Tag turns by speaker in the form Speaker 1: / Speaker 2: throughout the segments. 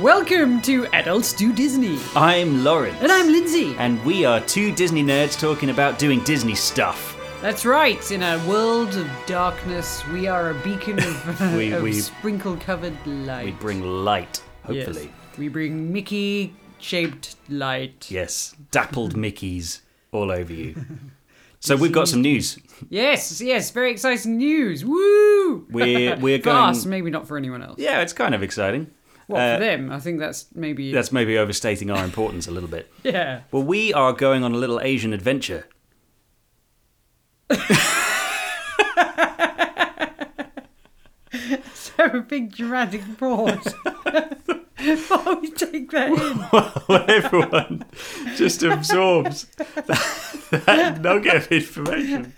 Speaker 1: Welcome to Adults Do Disney.
Speaker 2: I'm Lawrence.
Speaker 1: And I'm Lindsay.
Speaker 2: And we are two Disney nerds talking about doing Disney stuff.
Speaker 1: That's right, in a world of darkness, we are a beacon of,
Speaker 2: We-
Speaker 1: of
Speaker 2: we-
Speaker 1: sprinkle covered light.
Speaker 2: We bring light,
Speaker 1: Yes.
Speaker 2: hopefully.
Speaker 1: We bring Mickey shaped light.
Speaker 2: Yes. Dappled Mickeys all over you. So we've got some news.
Speaker 1: Yes, yes, very exciting news. Woo!
Speaker 2: We're we're
Speaker 1: for
Speaker 2: going
Speaker 1: us, maybe not for anyone else.
Speaker 2: Yeah, it's kind of exciting.
Speaker 1: What,
Speaker 2: Uh,
Speaker 1: for them? I think that's maybe.
Speaker 2: That's maybe overstating our importance a little bit.
Speaker 1: yeah.
Speaker 2: Well, we are going on a little Asian adventure.
Speaker 1: So a big dramatic pause. Before we take that in.
Speaker 2: Well, everyone just absorbs that, that nugget of information.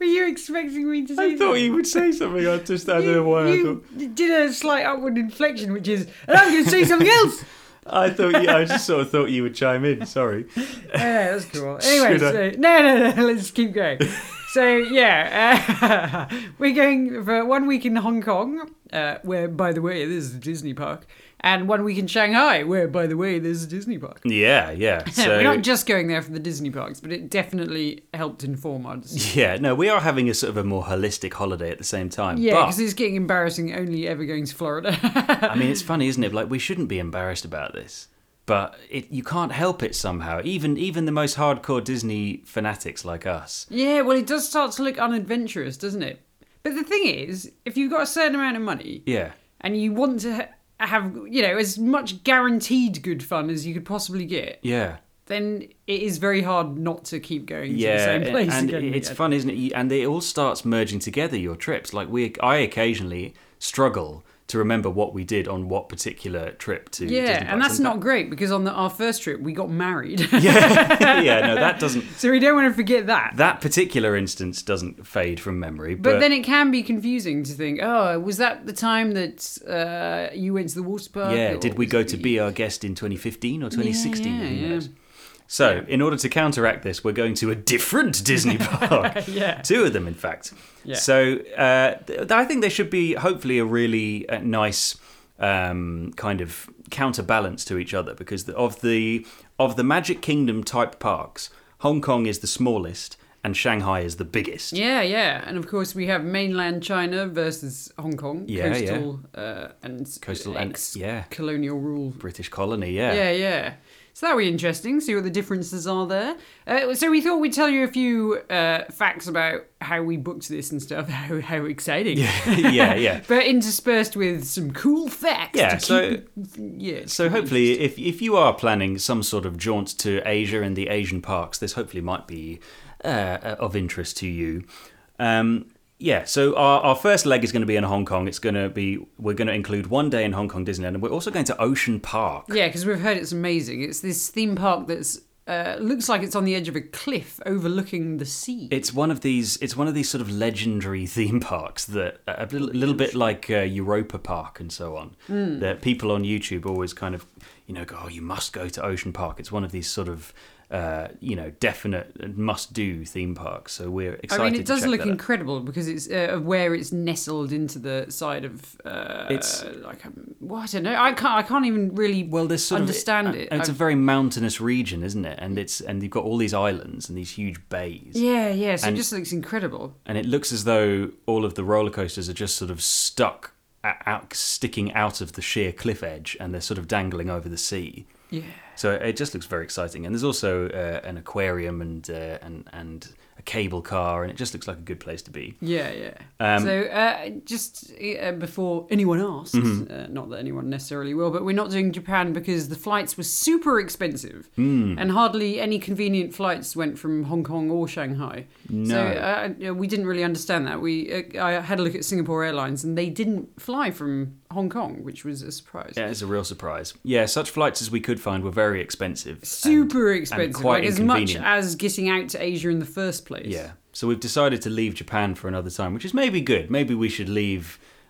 Speaker 1: Were you expecting me to say
Speaker 2: I thought
Speaker 1: that?
Speaker 2: you would say something. I just I don't know why I thought
Speaker 1: you did a slight upward inflection, which is, and I'm going to say something else.
Speaker 2: I thought you, I just sort of thought you would chime in. Sorry.
Speaker 1: Oh, Yeah, that's cool. Anyway,
Speaker 2: Should I?
Speaker 1: so, no, no, no, let's keep going. So, yeah, uh, we're going for one week in Hong Kong, uh, where, by the way, there's a Disney park, and one week in Shanghai, where, by the way, there's a Disney park.
Speaker 2: Yeah, yeah. So
Speaker 1: we're not just going there for the Disney parks, but it definitely helped inform our decision.
Speaker 2: yeah, no, we are having a sort of a more holistic holiday at the same time.
Speaker 1: Yeah,
Speaker 2: but
Speaker 1: because it's getting embarrassing only ever going to Florida.
Speaker 2: I mean, it's funny, isn't it? Like we shouldn't be embarrassed about this, but it you can't help it somehow. Even even the most hardcore Disney fanatics like us.
Speaker 1: Yeah, well, it does start to look unadventurous, doesn't it? But the thing is, if you've got a certain amount of money
Speaker 2: Yeah.
Speaker 1: and you want to ha- have, you know, as much guaranteed good fun as you could possibly get,
Speaker 2: Yeah.
Speaker 1: then it is very hard not to keep going to the
Speaker 2: Yeah,
Speaker 1: same place
Speaker 2: and
Speaker 1: again. and
Speaker 2: it's
Speaker 1: again.
Speaker 2: fun, isn't it? You- And it all starts merging together your trips. Like we, I occasionally struggle to remember what we did on what particular trip to. Disney
Speaker 1: yeah, and
Speaker 2: parks.
Speaker 1: that's not great because on the, our first trip we got married,
Speaker 2: that- yeah, no, that doesn't.
Speaker 1: so we don't want to forget that.
Speaker 2: That particular instance doesn't fade from memory, but,
Speaker 1: But then it can be confusing to think, oh, was that the time that uh, you went to the water park?
Speaker 2: yeah,
Speaker 1: or
Speaker 2: did we
Speaker 1: was
Speaker 2: go
Speaker 1: it-
Speaker 2: to be our guest in 2015 or 2016?
Speaker 1: yeah,
Speaker 2: Who
Speaker 1: yeah.
Speaker 2: knows? So, in order to counteract this, we're going to a different Disney park.
Speaker 1: Yeah.
Speaker 2: Two of them, in fact.
Speaker 1: Yeah.
Speaker 2: So, uh, th- I think there should be hopefully a really uh, nice um, kind of counterbalance to each other because the, of the of the Magic Kingdom type parks, Hong Kong is the smallest and Shanghai is the biggest.
Speaker 1: Yeah, yeah, and of course we have mainland China versus Hong Kong,
Speaker 2: Yeah, yeah.
Speaker 1: coastal Uh, and
Speaker 2: Coastal and-
Speaker 1: ex
Speaker 2: yeah.
Speaker 1: colonial rule.
Speaker 2: British colony,
Speaker 1: Yeah, yeah. So that would be interesting. See what the differences are there. Uh, so we thought we'd tell you a few uh, facts about how we booked this and stuff. How how exciting!
Speaker 2: yeah, yeah. yeah.
Speaker 1: But interspersed with some cool facts.
Speaker 2: Yeah,
Speaker 1: to keep
Speaker 2: so-
Speaker 1: it- yeah. to
Speaker 2: So
Speaker 1: keep it
Speaker 2: hopefully, if if you are planning some sort of jaunt to Asia and the Asian parks, this hopefully might be uh, of interest to you. Um, yeah, so our, our first leg is going to be in Hong Kong. It's going to be we're going to include one day in Hong Kong Disneyland, and we're also going to Ocean Park.
Speaker 1: Yeah, because we've heard it's amazing. It's this theme park that's uh, looks like it's on the edge of a cliff overlooking the sea.
Speaker 2: It's one of these. It's one of these sort of legendary theme parks that a little, little bit like uh, Europa Park and so on.
Speaker 1: Hmm.
Speaker 2: That people on YouTube always kind of, you know, go, oh, you must go to Ocean Park. It's one of these sort of, uh, you know, definite uh, must-do theme parks. So we're excited.
Speaker 1: I mean, it
Speaker 2: to
Speaker 1: does
Speaker 2: check
Speaker 1: look
Speaker 2: that out.
Speaker 1: incredible because it's uh, of where it's nestled into the side of. Uh,
Speaker 2: It's-
Speaker 1: like um, well, I don't know. I can't. I can't even really.
Speaker 2: well, there's sort
Speaker 1: understand
Speaker 2: of uh,
Speaker 1: it.
Speaker 2: It's a
Speaker 1: I've-
Speaker 2: very mountainous region, isn't it? And it's and you've got all these islands and these huge bays.
Speaker 1: yeah, yeah. So
Speaker 2: and-
Speaker 1: it just looks incredible.
Speaker 2: and it looks as though all of the roller coasters are just sort of stuck a- out, sticking out of the sheer cliff edge, and they're sort of dangling over the sea.
Speaker 1: Yeah.
Speaker 2: So it just looks very exciting. And there's also uh, an aquarium and uh, and and a cable car, and it just looks like a good place to be.
Speaker 1: Yeah, yeah.
Speaker 2: Um,
Speaker 1: so, uh, just uh, before anyone asks,
Speaker 2: Mm-hmm.
Speaker 1: uh, not that anyone necessarily will, but we're not doing Japan because the flights were super expensive
Speaker 2: Mm.
Speaker 1: and hardly any convenient flights went from Hong Kong or Shanghai. So,
Speaker 2: No.
Speaker 1: uh, yeah, we didn't really understand that. We uh, I had a look at Singapore Airlines and they didn't fly from Hong Kong, which was a surprise.
Speaker 2: Yeah, it's a real surprise. Yeah, such flights as we could find were very expensive. and-
Speaker 1: Super expensive,
Speaker 2: quite
Speaker 1: like as much
Speaker 2: inconvenient.
Speaker 1: as getting out to Asia in the first place.
Speaker 2: Yeah. So we've decided to leave Japan for another time, which is maybe good. Maybe we should leave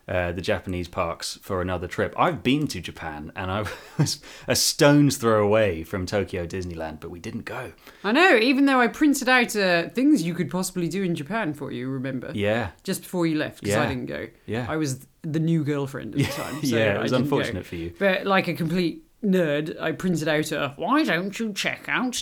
Speaker 2: uh, uh, the Japanese parks for another trip. I've been to Japan and I was a stone's throw away from Tokyo Disneyland, but we didn't go.
Speaker 1: I know, even though I printed out uh, things you could possibly do in Japan for you, remember?
Speaker 2: Yeah,
Speaker 1: Just before you left, because I
Speaker 2: Yeah.
Speaker 1: didn't go.
Speaker 2: yeah,
Speaker 1: I was the new girlfriend at the time. So
Speaker 2: yeah.
Speaker 1: I
Speaker 2: It
Speaker 1: didn't
Speaker 2: was
Speaker 1: go.
Speaker 2: unfortunate for you.
Speaker 1: But like a complete nerd, I printed out a why don't you check out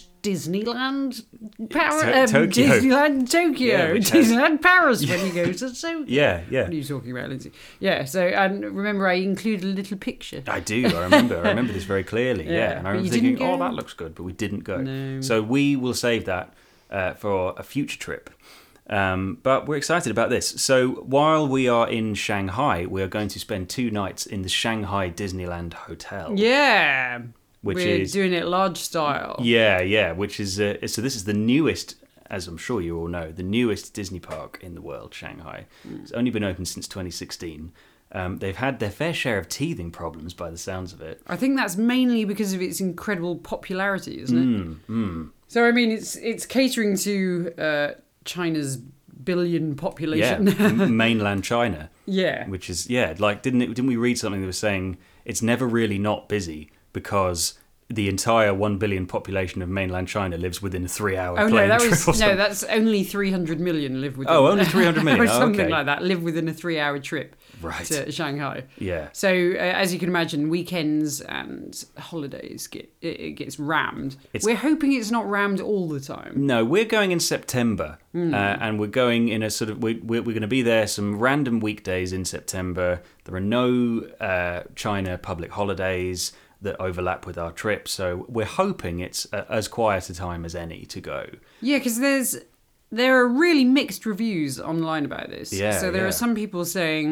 Speaker 1: Disneyland Paris,
Speaker 2: To- Tokyo.
Speaker 1: Disneyland Tokyo,
Speaker 2: Yeah, which has-
Speaker 1: Disneyland Paris when you go to Tokyo.
Speaker 2: Yeah, yeah.
Speaker 1: What are you talking about, Lindsay? Yeah. So and remember, I included a little picture.
Speaker 2: I do. I remember. I remember this very clearly. Yeah,
Speaker 1: Yeah,
Speaker 2: and
Speaker 1: but
Speaker 2: I remember
Speaker 1: you didn't
Speaker 2: thinking, "Oh,
Speaker 1: go.
Speaker 2: that looks good," but we didn't go.
Speaker 1: No.
Speaker 2: So we will save that uh, for a future trip. Um, but we're excited about this. So while we are in Shanghai, we are going to spend two nights in the Shanghai Disneyland Hotel.
Speaker 1: Yeah.
Speaker 2: Which
Speaker 1: We're
Speaker 2: is-
Speaker 1: doing it large style.
Speaker 2: yeah, yeah, Which is uh, so. This is the newest, as I'm sure you all know, the newest Disney park in the world, Shanghai.
Speaker 1: Hmm.
Speaker 2: It's only been open since 2016. Um, they've had their fair share of teething problems, by the sounds of it.
Speaker 1: I think that's mainly because of its incredible popularity, isn't it?
Speaker 2: Hmm,
Speaker 1: So I mean, it's it's catering to uh, China's billion
Speaker 2: Yeah,
Speaker 1: population.
Speaker 2: m- mainland China.
Speaker 1: yeah.
Speaker 2: which is yeah like didn't it didn't we read something that was saying it's never really not busy because the entire 1 billion population of mainland china lives within a 3 hour
Speaker 1: Oh no,
Speaker 2: plane
Speaker 1: that
Speaker 2: trip
Speaker 1: was
Speaker 2: or
Speaker 1: no.
Speaker 2: something.
Speaker 1: That's only three hundred million live within.
Speaker 2: oh only 300 million
Speaker 1: or
Speaker 2: Oh,
Speaker 1: something
Speaker 2: okay.
Speaker 1: like that. Live within a three-hour trip
Speaker 2: right
Speaker 1: to Shanghai.
Speaker 2: yeah
Speaker 1: So uh, as you can imagine, weekends and holidays get it, it gets rammed.
Speaker 2: It's-
Speaker 1: We're hoping it's not rammed all the time.
Speaker 2: no we're going in september
Speaker 1: Hmm.
Speaker 2: uh, and we're going in a sort of we, we're, we're going to be there some random weekdays in september there are no uh, china public holidays that overlap with our trip so we're hoping it's uh as quiet a time as any to go
Speaker 1: Yeah, because there's there are really mixed reviews online about this.
Speaker 2: Yeah,
Speaker 1: So there
Speaker 2: yeah.
Speaker 1: are some people saying,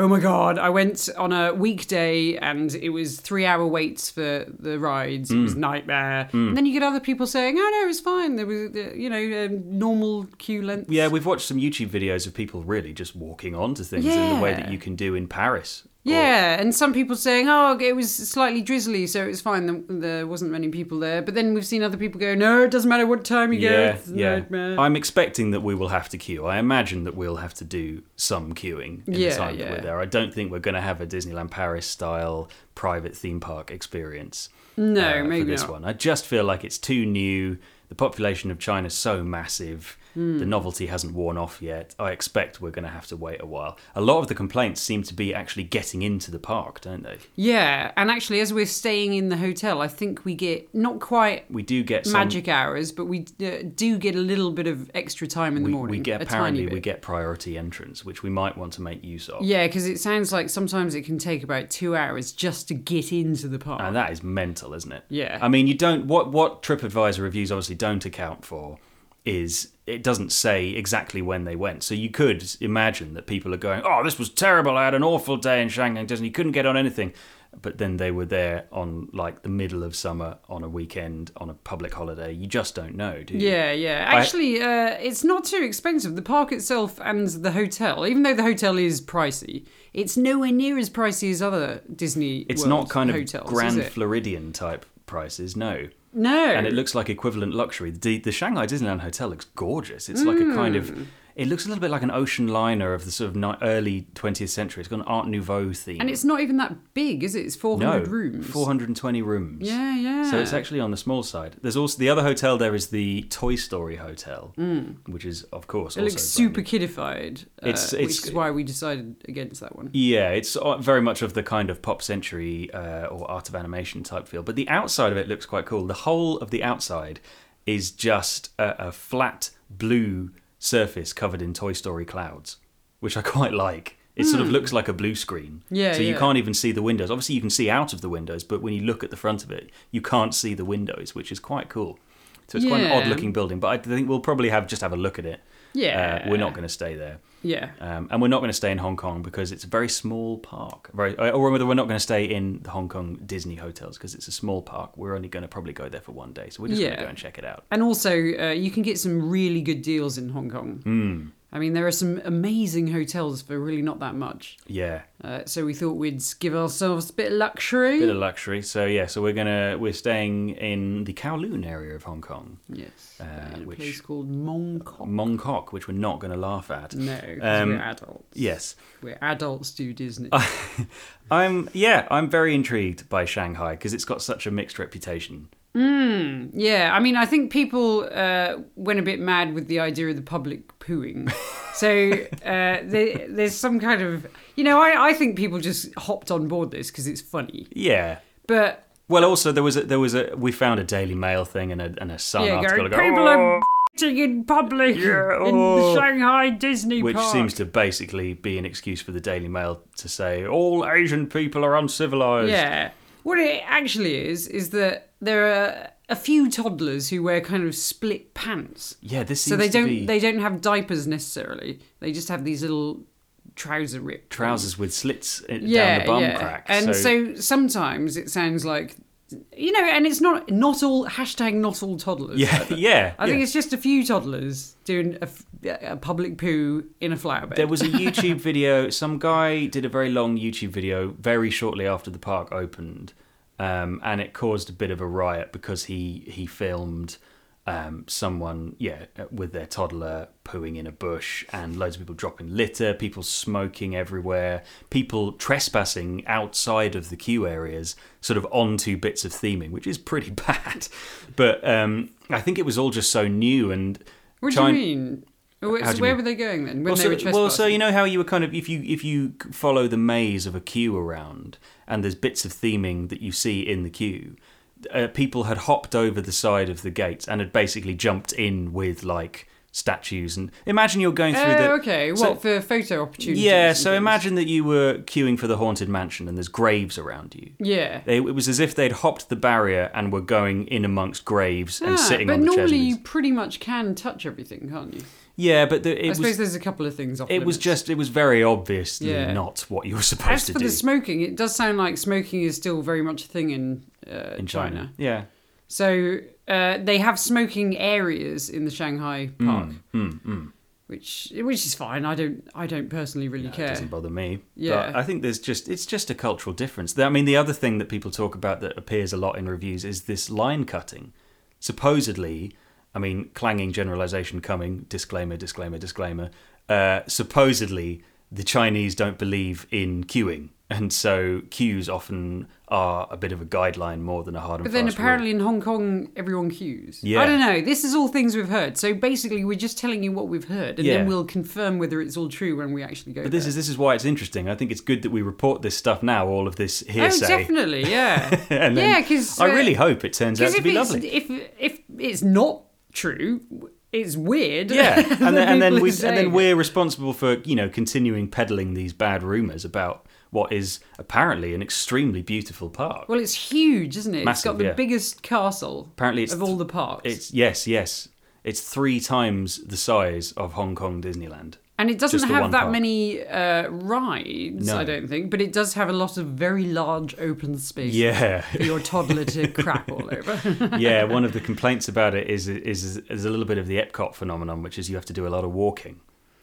Speaker 1: "Oh my god, I went on a weekday and it was three hour waits for the rides. It was
Speaker 2: Hmm.
Speaker 1: nightmare." And then you get other people saying, "Oh no, it was fine. There was uh, you know um, normal queue length."
Speaker 2: Yeah, we've watched some YouTube videos of people really just walking onto things in the way that
Speaker 1: Yeah.
Speaker 2: you can do in Paris. Or-
Speaker 1: Yeah, and some people saying, "Oh, it was slightly drizzly, so it was fine. There- There wasn't many people there." But then we've seen other people go, "No, it doesn't matter what time you go.
Speaker 2: yeah,
Speaker 1: It's a
Speaker 2: yeah.
Speaker 1: nightmare."
Speaker 2: I'm expecting that we will have to queue. I imagine that we'll have to do some queuing in
Speaker 1: Yeah,
Speaker 2: the time that
Speaker 1: yeah.
Speaker 2: we're there. I don't think we're going to have a Disneyland Paris style private theme park experience.
Speaker 1: no,
Speaker 2: uh,
Speaker 1: maybe
Speaker 2: for this
Speaker 1: not.
Speaker 2: one. I just feel like it's too new. The population of China's so massive.
Speaker 1: Hmm.
Speaker 2: The novelty hasn't worn off yet. I expect we're going to have to wait a while. A lot of the complaints seem to be actually getting into the park, don't they?
Speaker 1: Yeah, and actually, as we're staying in the hotel, I think we get not quite
Speaker 2: We do get some
Speaker 1: magic hours, but we uh, do get a little bit of extra time in the
Speaker 2: we,
Speaker 1: morning.
Speaker 2: we get
Speaker 1: a
Speaker 2: apparently
Speaker 1: tiny bit.
Speaker 2: we get priority entrance, which we might want to make use of.
Speaker 1: Yeah, because it sounds like sometimes it can take about two hours just to get into the park.
Speaker 2: And that is mental, isn't it?
Speaker 1: Yeah.
Speaker 2: I mean, you don't what what TripAdvisor reviews obviously don't account for is it doesn't say exactly when they went. So you could imagine that people are going, "Oh, this was terrible. I had an awful day in Shanghai Disney. Couldn't get on anything." But then they were there on like the middle of summer on a weekend on a public holiday. You just don't know, do you?
Speaker 1: Yeah, yeah.
Speaker 2: I-
Speaker 1: Actually, uh, it's not too expensive. The park itself and the hotel, even though the hotel is pricey, it's nowhere near as pricey as other Disney.
Speaker 2: It's
Speaker 1: World
Speaker 2: not kind of
Speaker 1: hotels,
Speaker 2: Grand
Speaker 1: Is it?
Speaker 2: Floridian type prices, no.
Speaker 1: no,
Speaker 2: and it looks like equivalent luxury. The, the Shanghai Disneyland Hotel looks gorgeous. It's like a kind
Speaker 1: Hmm.
Speaker 2: of, it looks a little bit like an ocean liner of the sort of ni- early 20th century. It's got an Art Nouveau theme.
Speaker 1: and it's not even that big, is it? It's four
Speaker 2: no,
Speaker 1: hundred rooms.
Speaker 2: 420 rooms.
Speaker 1: Yeah, yeah.
Speaker 2: So it's actually on the small side. There's also the other hotel. There is the Toy Story Hotel, which is of course
Speaker 1: Hmm. It
Speaker 2: also
Speaker 1: looks
Speaker 2: brand
Speaker 1: super kiddified, uh,
Speaker 2: It's- it's-
Speaker 1: which is why we decided against that one.
Speaker 2: Yeah, it's uh, very much of the kind of pop century uh, or art of animation type feel. But the outside of it looks quite cool. The whole of the outside is just a, a flat blue surface covered in Toy Story clouds, which I quite like. It sort of looks like a blue screen.
Speaker 1: Hmm. Yeah,
Speaker 2: So you
Speaker 1: yeah.
Speaker 2: can't even see the windows. Obviously, you can see out of the windows, but when you look at the front of it, you can't see the windows, which is quite cool. So it's quite an
Speaker 1: Yeah.
Speaker 2: odd looking building, but I think we'll probably have just have a look at it.
Speaker 1: Yeah,
Speaker 2: Uh, we're not going to stay there.
Speaker 1: Yeah,
Speaker 2: Um, and we're not going to stay in Hong Kong because it's a very small park. Very, uh, or whether we're not going to stay in the Hong Kong Disney hotels because it's a small park. We're only going to probably go there for one day, so we're just going
Speaker 1: Yeah.
Speaker 2: to go and check it out. Hmm.
Speaker 1: and also uh, you can get some really good deals in Hong Kong. I mean, there are some amazing hotels for really not that much.
Speaker 2: Yeah,
Speaker 1: Uh, so we thought we'd give ourselves a bit of luxury.
Speaker 2: bit of luxury. So yeah, so we're gonna we're staying in the Kowloon area of Hong Kong,
Speaker 1: yes,
Speaker 2: Uh,
Speaker 1: in a
Speaker 2: which-
Speaker 1: place called Mong Kok.
Speaker 2: Mong Kok, which we're not gonna laugh at.
Speaker 1: No, 'cause
Speaker 2: Um,
Speaker 1: we're adults.
Speaker 2: Yes,
Speaker 1: we're adults do Disney.
Speaker 2: I'm. Yeah, I'm very intrigued by Shanghai because it's got such a mixed reputation.
Speaker 1: Yeah, I mean, I think people uh, went a bit mad with the idea of the public pooing. So uh, there, there's some kind of, you know, I, I think people just hopped on board this because it's funny.
Speaker 2: Yeah.
Speaker 1: But
Speaker 2: Well, also there was a, there was a we found a Daily Mail thing and a and a Sun
Speaker 1: yeah,
Speaker 2: article.
Speaker 1: going,
Speaker 2: going,
Speaker 1: people
Speaker 2: "Oh,"
Speaker 1: are bitching in public
Speaker 2: Yeah,
Speaker 1: in
Speaker 2: oh."
Speaker 1: the Shanghai Disney
Speaker 2: which
Speaker 1: park.
Speaker 2: seems to basically be an excuse for the Daily Mail to say all Asian people are uncivilized.
Speaker 1: Yeah. What it actually is, is that there are a few toddlers who wear kind of split pants.
Speaker 2: Yeah, this seems
Speaker 1: So they
Speaker 2: to
Speaker 1: don't
Speaker 2: be
Speaker 1: they don't have diapers necessarily. They just have these little trouser rip
Speaker 2: trousers with slits uh, down the bum crack.
Speaker 1: And so, sometimes it sounds like, you know, and it's not not all hashtag not all toddlers.
Speaker 2: yeah, yeah.
Speaker 1: I
Speaker 2: yeah.
Speaker 1: think it's just a few toddlers doing a, f- a public poo in a flower bed.
Speaker 2: There was a YouTube video. Some guy did a very long YouTube video very shortly after the park opened, um, and it caused a bit of a riot because he he filmed um, someone yeah with their toddler pooing in a bush and loads of people dropping litter, people smoking everywhere, people trespassing outside of the queue areas, sort of onto bits of theming, which is pretty bad. But um, I think it was all just so new and.
Speaker 1: what
Speaker 2: Chin-
Speaker 1: do you mean? Oh,
Speaker 2: How do
Speaker 1: so
Speaker 2: you
Speaker 1: where
Speaker 2: mean?
Speaker 1: were they going then? When
Speaker 2: well,
Speaker 1: they
Speaker 2: so,
Speaker 1: were trespassing?
Speaker 2: well, so you know how you were kind of if you if you c- follow the maze of a queue around, and there's bits of theming that you see in the queue. Uh, people had hopped over the side of the gates and had basically jumped in with like statues and imagine you're going through
Speaker 1: Oh,
Speaker 2: the
Speaker 1: okay.
Speaker 2: so-
Speaker 1: what for photo opportunities?
Speaker 2: yeah
Speaker 1: and
Speaker 2: so
Speaker 1: things.
Speaker 2: imagine that you were queuing for the haunted mansion and there's graves around you
Speaker 1: Yeah.
Speaker 2: they, it was as if they'd hopped the barrier and were going in amongst graves and
Speaker 1: Ah,
Speaker 2: sitting
Speaker 1: but
Speaker 2: on the chairs
Speaker 1: normally
Speaker 2: with
Speaker 1: you
Speaker 2: these-
Speaker 1: pretty much can touch everything, can't you?
Speaker 2: yeah but the, it
Speaker 1: I
Speaker 2: was
Speaker 1: suppose there's a couple of things off.
Speaker 2: it was
Speaker 1: limits.
Speaker 2: just it was very obviously
Speaker 1: Yeah.
Speaker 2: not what you were supposed
Speaker 1: As
Speaker 2: to
Speaker 1: for
Speaker 2: do
Speaker 1: the smoking, it does sound like smoking is still very much a thing in uh,
Speaker 2: in China.
Speaker 1: China.
Speaker 2: Yeah.
Speaker 1: So uh, they have smoking areas in the Shanghai
Speaker 2: Hmm,
Speaker 1: park, which which is fine. I don't I don't personally really
Speaker 2: It
Speaker 1: care.
Speaker 2: doesn't bother me.
Speaker 1: Yeah.
Speaker 2: But I think there's just it's just a cultural difference. I mean, the other thing that people talk about that appears a lot in reviews is this line cutting. Supposedly, I mean, clanging generalization coming. Disclaimer, disclaimer, disclaimer. Uh, supposedly, the Chinese don't believe in queuing, and so queues often are a bit of a guideline more than a hard and
Speaker 1: But then
Speaker 2: fast rule.
Speaker 1: apparently in Hong Kong everyone queues.
Speaker 2: Yeah.
Speaker 1: I don't know. This is all things we've heard. So basically we're just telling you what we've heard, and
Speaker 2: Yeah.
Speaker 1: then we'll confirm whether it's all true when we actually go.
Speaker 2: But this
Speaker 1: there.
Speaker 2: is this is why it's interesting. I think it's good that we report this stuff now, all of this
Speaker 1: oh
Speaker 2: hearsay.
Speaker 1: definitely yeah
Speaker 2: And then
Speaker 1: yeah because
Speaker 2: I really hope it turns out
Speaker 1: because
Speaker 2: to
Speaker 1: if
Speaker 2: be
Speaker 1: it's,
Speaker 2: lovely.
Speaker 1: if if it's not true, it's weird.
Speaker 2: Yeah, and then, and then
Speaker 1: People
Speaker 2: we
Speaker 1: are
Speaker 2: and then
Speaker 1: saying
Speaker 2: we're responsible for you know continuing peddling these bad rumors about what is apparently an extremely beautiful park.
Speaker 1: Well, it's huge, isn't it? it's
Speaker 2: Massive,
Speaker 1: got the
Speaker 2: yeah.
Speaker 1: biggest castle
Speaker 2: apparently, it's
Speaker 1: of all the parks.
Speaker 2: it's yes, yes, it's three times the size of Hong Kong Disneyland.
Speaker 1: and it doesn't
Speaker 2: just the
Speaker 1: have
Speaker 2: one
Speaker 1: that
Speaker 2: park.
Speaker 1: many uh, rides,
Speaker 2: No.
Speaker 1: I don't think, but it does have a lot of very large open space
Speaker 2: Yeah,
Speaker 1: for your toddler to crap all over.
Speaker 2: yeah. One of the complaints about it is is is a little bit of the Epcot phenomenon, which is you have to do a lot of walking.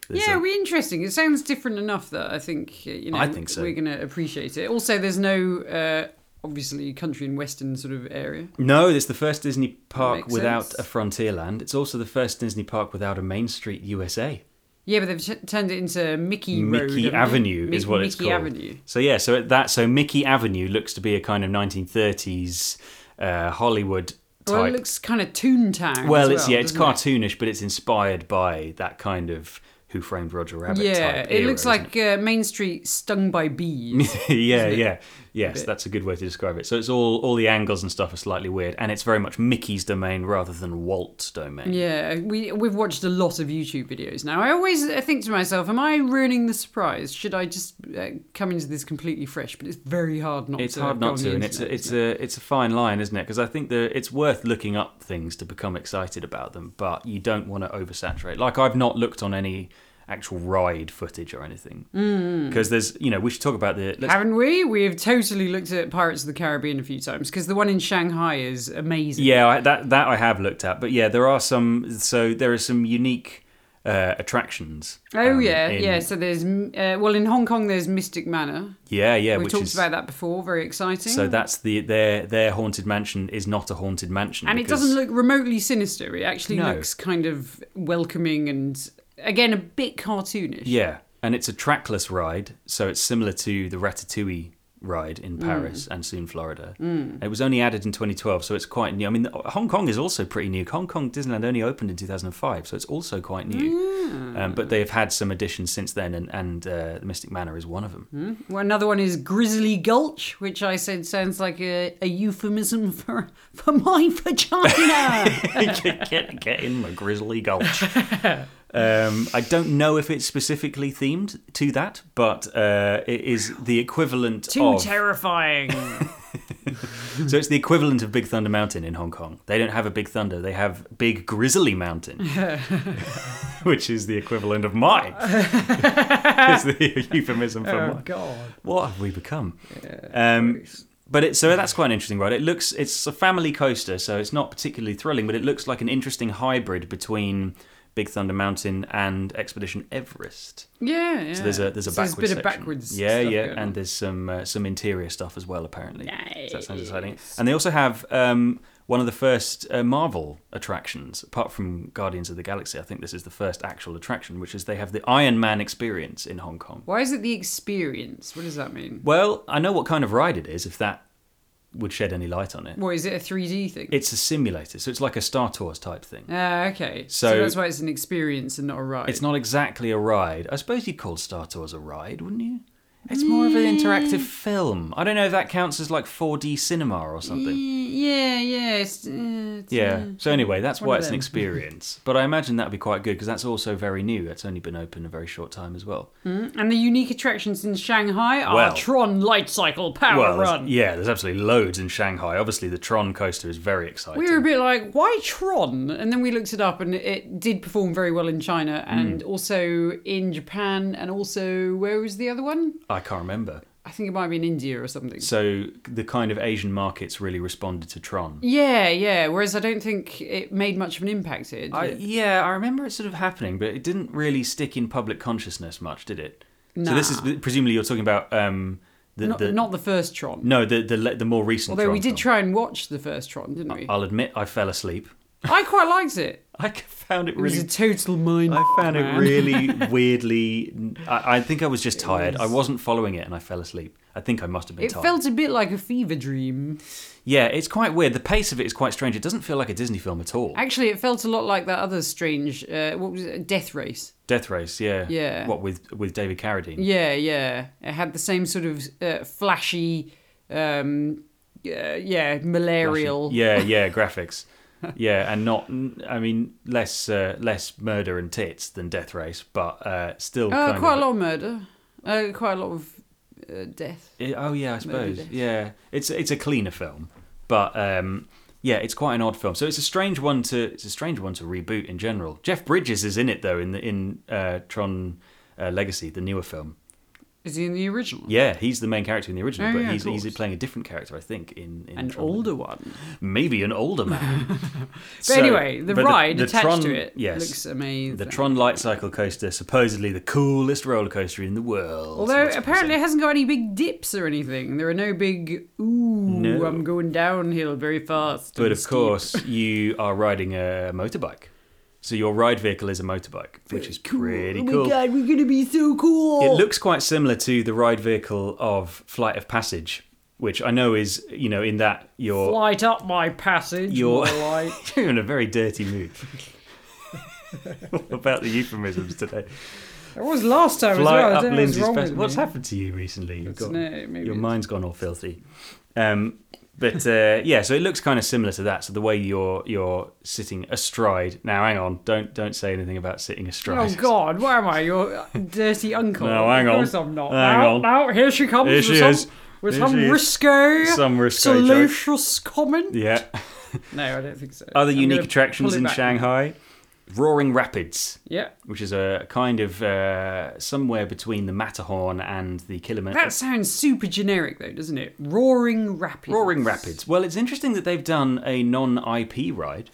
Speaker 2: There's
Speaker 1: yeah,
Speaker 2: a-
Speaker 1: really interesting. It sounds different enough that I think uh, you know
Speaker 2: I think so.
Speaker 1: we're going to appreciate it. Also, there's no uh, obviously country and western sort of area.
Speaker 2: No, it's the first Disney park
Speaker 1: makes
Speaker 2: without
Speaker 1: sense.
Speaker 2: a Frontierland. It's also the first Disney park without a Main Street USA.
Speaker 1: Yeah, but they've t- turned it into Mickey Road,
Speaker 2: Mickey
Speaker 1: haven't they?
Speaker 2: Avenue is
Speaker 1: Mi-
Speaker 2: what
Speaker 1: Mickey
Speaker 2: it's called.
Speaker 1: Avenue.
Speaker 2: So yeah, so at that so Mickey Avenue looks to be a kind of 1930s uh, Hollywood type.
Speaker 1: Well, it looks kind of Toontown.
Speaker 2: Well,
Speaker 1: as
Speaker 2: it's yeah, it's
Speaker 1: doesn't it?
Speaker 2: cartoonish, but it's inspired by that kind of Who Framed Roger Rabbit
Speaker 1: Yeah, it
Speaker 2: type. era,
Speaker 1: looks
Speaker 2: isn't
Speaker 1: like uh, Main Street stung by bees.
Speaker 2: it? yeah, yeah, yes, that's a good way to describe it. So it's all all the angles and stuff are slightly weird, and it's very much Mickey's domain rather than Walt's domain.
Speaker 1: yeah, we we've watched a lot of YouTube videos now. I always uh, think to myself, am I ruining the surprise? Should I just uh, come into this completely fresh? But it's very hard not
Speaker 2: It's
Speaker 1: to.
Speaker 2: hard
Speaker 1: go
Speaker 2: not
Speaker 1: on
Speaker 2: to,
Speaker 1: the
Speaker 2: and it's a,
Speaker 1: internet,
Speaker 2: it's
Speaker 1: isn't
Speaker 2: a it's a fine line, isn't it? Because I think that it's worth looking up things to become excited about them, but you don't want to oversaturate. Like I've not looked on any actual ride footage or anything
Speaker 1: Mm.
Speaker 2: because there's you know we should talk about the let's,
Speaker 1: Haven't we? We have totally looked at Pirates of the Caribbean a few times because the one in Shanghai is amazing.
Speaker 2: yeah I, that that I have looked at, but yeah there are some so there are some unique. uh, attractions.
Speaker 1: Oh
Speaker 2: um,
Speaker 1: yeah,
Speaker 2: in-
Speaker 1: yeah. So there's uh, well in Hong Kong there's Mystic Manor.
Speaker 2: yeah, yeah.
Speaker 1: We
Speaker 2: which
Speaker 1: talked
Speaker 2: is
Speaker 1: about that before. Very exciting.
Speaker 2: so that's the their their haunted mansion is not a haunted mansion,
Speaker 1: and it
Speaker 2: because-
Speaker 1: doesn't look remotely sinister. It actually
Speaker 2: No.
Speaker 1: looks kind of welcoming and again a bit cartoonish.
Speaker 2: Yeah, and it's a trackless ride, so it's similar to the Ratatouille ride in Paris and soon Florida. It was only added in 2012, so it's quite new. I mean, Hong Kong is also pretty new. Hong Kong Disneyland only opened in 2005, so it's also quite new. Um, but they've had some additions since then, and, and uh, Mystic Manor is one of them.
Speaker 1: Well, another one is Grizzly Gulch, which I said sounds like a, a euphemism for for my vagina.
Speaker 2: get, get in my grizzly gulch. Um, I don't know if it's specifically themed to that, but uh, it is the equivalent
Speaker 1: Too
Speaker 2: of
Speaker 1: terrifying.
Speaker 2: So it's the equivalent of Big Thunder Mountain in Hong Kong. They don't have a Big Thunder, they have Big Grizzly Mountain, which is the equivalent of mine. it's the euphemism for mine.
Speaker 1: God.
Speaker 2: What have we become? um, but it, so that's quite an interesting ride. It looks it's a family coaster, so it's not particularly thrilling, but it looks like an interesting hybrid between Big Thunder Mountain and Expedition Everest.
Speaker 1: Yeah, yeah.
Speaker 2: So there's a there's a
Speaker 1: So
Speaker 2: backwards
Speaker 1: there's a bit of
Speaker 2: section.
Speaker 1: backwards.
Speaker 2: Yeah,
Speaker 1: stuff
Speaker 2: yeah,
Speaker 1: going
Speaker 2: and
Speaker 1: on.
Speaker 2: there's some uh, some interior stuff as well apparently. So that sounds exciting.
Speaker 1: Nice.
Speaker 2: And they also have um, one of the first uh, Marvel attractions, apart from Guardians of the Galaxy. I think this is the first actual attraction, which is they have the Iron Man experience in Hong Kong.
Speaker 1: Why is it the experience? What does that mean?
Speaker 2: Well, I know what kind of ride it is. If that would shed any light on it,
Speaker 1: What is it a 3D thing?
Speaker 2: it's a simulator, so it's like a Star Tours type thing.
Speaker 1: Ah, okay. So,
Speaker 2: So-
Speaker 1: that's why it's an experience and not a ride.
Speaker 2: It's not exactly a ride. I suppose you'd call Star Tours a ride, wouldn't you? It's more of an interactive
Speaker 1: Mm.
Speaker 2: film. I don't know if that counts as like 4D cinema or something.
Speaker 1: Yeah, yeah. It's, uh, it's,
Speaker 2: Yeah.
Speaker 1: uh,
Speaker 2: So anyway, that's
Speaker 1: One
Speaker 2: why
Speaker 1: of
Speaker 2: it's an
Speaker 1: them.
Speaker 2: experience. But I imagine that'd be quite good because that's also very new. It's only been open a very short time as well.
Speaker 1: And the unique attractions in Shanghai are
Speaker 2: Well-
Speaker 1: Tron Light Cycle Power
Speaker 2: well, there's-
Speaker 1: Run.
Speaker 2: yeah, there's absolutely loads in Shanghai. Obviously, the Tron coaster is very exciting.
Speaker 1: We were a bit like, why Tron? And then we looked it up, and it did perform very well in China and
Speaker 2: Mm.
Speaker 1: also in Japan, and also where was the other one?
Speaker 2: I can't remember.
Speaker 1: I think it might be in India or something.
Speaker 2: So the kind of Asian markets really responded to Tron.
Speaker 1: Yeah, yeah. Whereas I don't think it made much of an impact here. did
Speaker 2: I,
Speaker 1: it?
Speaker 2: yeah, I remember it sort of happening, but it didn't really stick in public consciousness much, did it? So this is
Speaker 1: Nah.
Speaker 2: presumably you're talking about um, the,
Speaker 1: not,
Speaker 2: the
Speaker 1: not the first Tron.
Speaker 2: no the the, le- the more recent.
Speaker 1: Although we
Speaker 2: Tron
Speaker 1: did try and watch the first Tron, didn't we?
Speaker 2: film. I'll admit, I fell asleep.
Speaker 1: I quite liked it.
Speaker 2: I found it
Speaker 1: It was
Speaker 2: really
Speaker 1: a total mind.
Speaker 2: I found it
Speaker 1: man.
Speaker 2: really weirdly. I, I think I was just tired. I wasn't following it, and I fell asleep. I think I must have been
Speaker 1: It
Speaker 2: tired.
Speaker 1: felt a bit like a fever dream.
Speaker 2: yeah, it's quite weird. The pace of it is quite strange. It doesn't feel like a Disney film at all.
Speaker 1: Actually, it felt a lot like that other strange. Uh, what was it? Death Race.
Speaker 2: Death Race, yeah,
Speaker 1: Yeah.
Speaker 2: What with with David Carradine?
Speaker 1: Yeah, yeah. It had the same sort of uh, flashy, um, uh, yeah, malarial.
Speaker 2: Yeah, yeah, graphics. Yeah, and not. I mean, less uh, less murder and tits than Death Race, but uh, still
Speaker 1: Uh,
Speaker 2: kind
Speaker 1: quite
Speaker 2: of.
Speaker 1: a lot of murder. Uh, quite a lot of uh, death.
Speaker 2: Eh, oh yeah, I
Speaker 1: Murder
Speaker 2: suppose.
Speaker 1: Death.
Speaker 2: Yeah, it's it's a cleaner film, but um, yeah, it's quite an odd film. So it's a strange one to it's a strange one to reboot in general. Jeff Bridges is in it though in the in uh, Tron uh, Legacy, the newer film.
Speaker 1: Is he in the original?
Speaker 2: Yeah, he's the main character in the original,
Speaker 1: Oh,
Speaker 2: but
Speaker 1: yeah, of
Speaker 2: he's he's
Speaker 1: course.
Speaker 2: playing a different character, I think, in, in
Speaker 1: An
Speaker 2: Tron
Speaker 1: older
Speaker 2: Legacy.
Speaker 1: one.
Speaker 2: maybe an older man.
Speaker 1: But anyway, the ride attached to it
Speaker 2: yes,
Speaker 1: looks amazing.
Speaker 2: the Tron Light Cycle coaster, supposedly the coolest roller coaster in the world.
Speaker 1: Although
Speaker 2: That's what they
Speaker 1: apparently
Speaker 2: say.
Speaker 1: it hasn't got any big dips or anything. There are no big, ooh,
Speaker 2: No.
Speaker 1: I'm going downhill very fast.
Speaker 2: But
Speaker 1: and
Speaker 2: of
Speaker 1: steep."
Speaker 2: course, you are riding a motorbike. So your ride vehicle is a motorbike, which is pretty
Speaker 1: Oh
Speaker 2: cool.
Speaker 1: my god, we're going to be so cool.
Speaker 2: It looks quite similar to the ride vehicle of Flight of Passage, which I know is, you know, in that you're
Speaker 1: Light up my passage.
Speaker 2: Your-
Speaker 1: Your light.
Speaker 2: you're in a very dirty mood. All about the euphemisms today.
Speaker 1: That was last time
Speaker 2: Fly
Speaker 1: as well. I
Speaker 2: up
Speaker 1: don't know what's
Speaker 2: Lindsay's
Speaker 1: wrong
Speaker 2: Pass-
Speaker 1: with
Speaker 2: What's
Speaker 1: me.
Speaker 2: happened to you recently? You've
Speaker 1: It's no, maybe
Speaker 2: your
Speaker 1: it's-
Speaker 2: mind's gone all filthy. Um, but uh, yeah, so it looks kind of similar to that. So the way you're you're sitting astride. Now, hang on, don't don't say anything about sitting
Speaker 1: Oh
Speaker 2: astride.
Speaker 1: God! Where am I? Your dirty uncle.
Speaker 2: No, hang
Speaker 1: of
Speaker 2: on.
Speaker 1: course I'm not.
Speaker 2: Hang
Speaker 1: now,
Speaker 2: on.
Speaker 1: now here she comes.
Speaker 2: Here
Speaker 1: with
Speaker 2: she
Speaker 1: some,
Speaker 2: is.
Speaker 1: With
Speaker 2: Here
Speaker 1: some
Speaker 2: she is.
Speaker 1: risque,
Speaker 2: Some risque joke.
Speaker 1: salacious comment.
Speaker 2: Yeah.
Speaker 1: No, I don't think so.
Speaker 2: Other
Speaker 1: I'm
Speaker 2: unique
Speaker 1: gonna
Speaker 2: attractions
Speaker 1: pull it
Speaker 2: in
Speaker 1: back.
Speaker 2: Shanghai: Roaring Rapids,
Speaker 1: Yeah,
Speaker 2: which is a kind of uh, somewhere between the Matterhorn and the Kilimanjaro.
Speaker 1: that sounds super generic though, doesn't it? Roaring rapids.
Speaker 2: Roaring Rapids. Well, it's interesting that they've done a non-IP ride.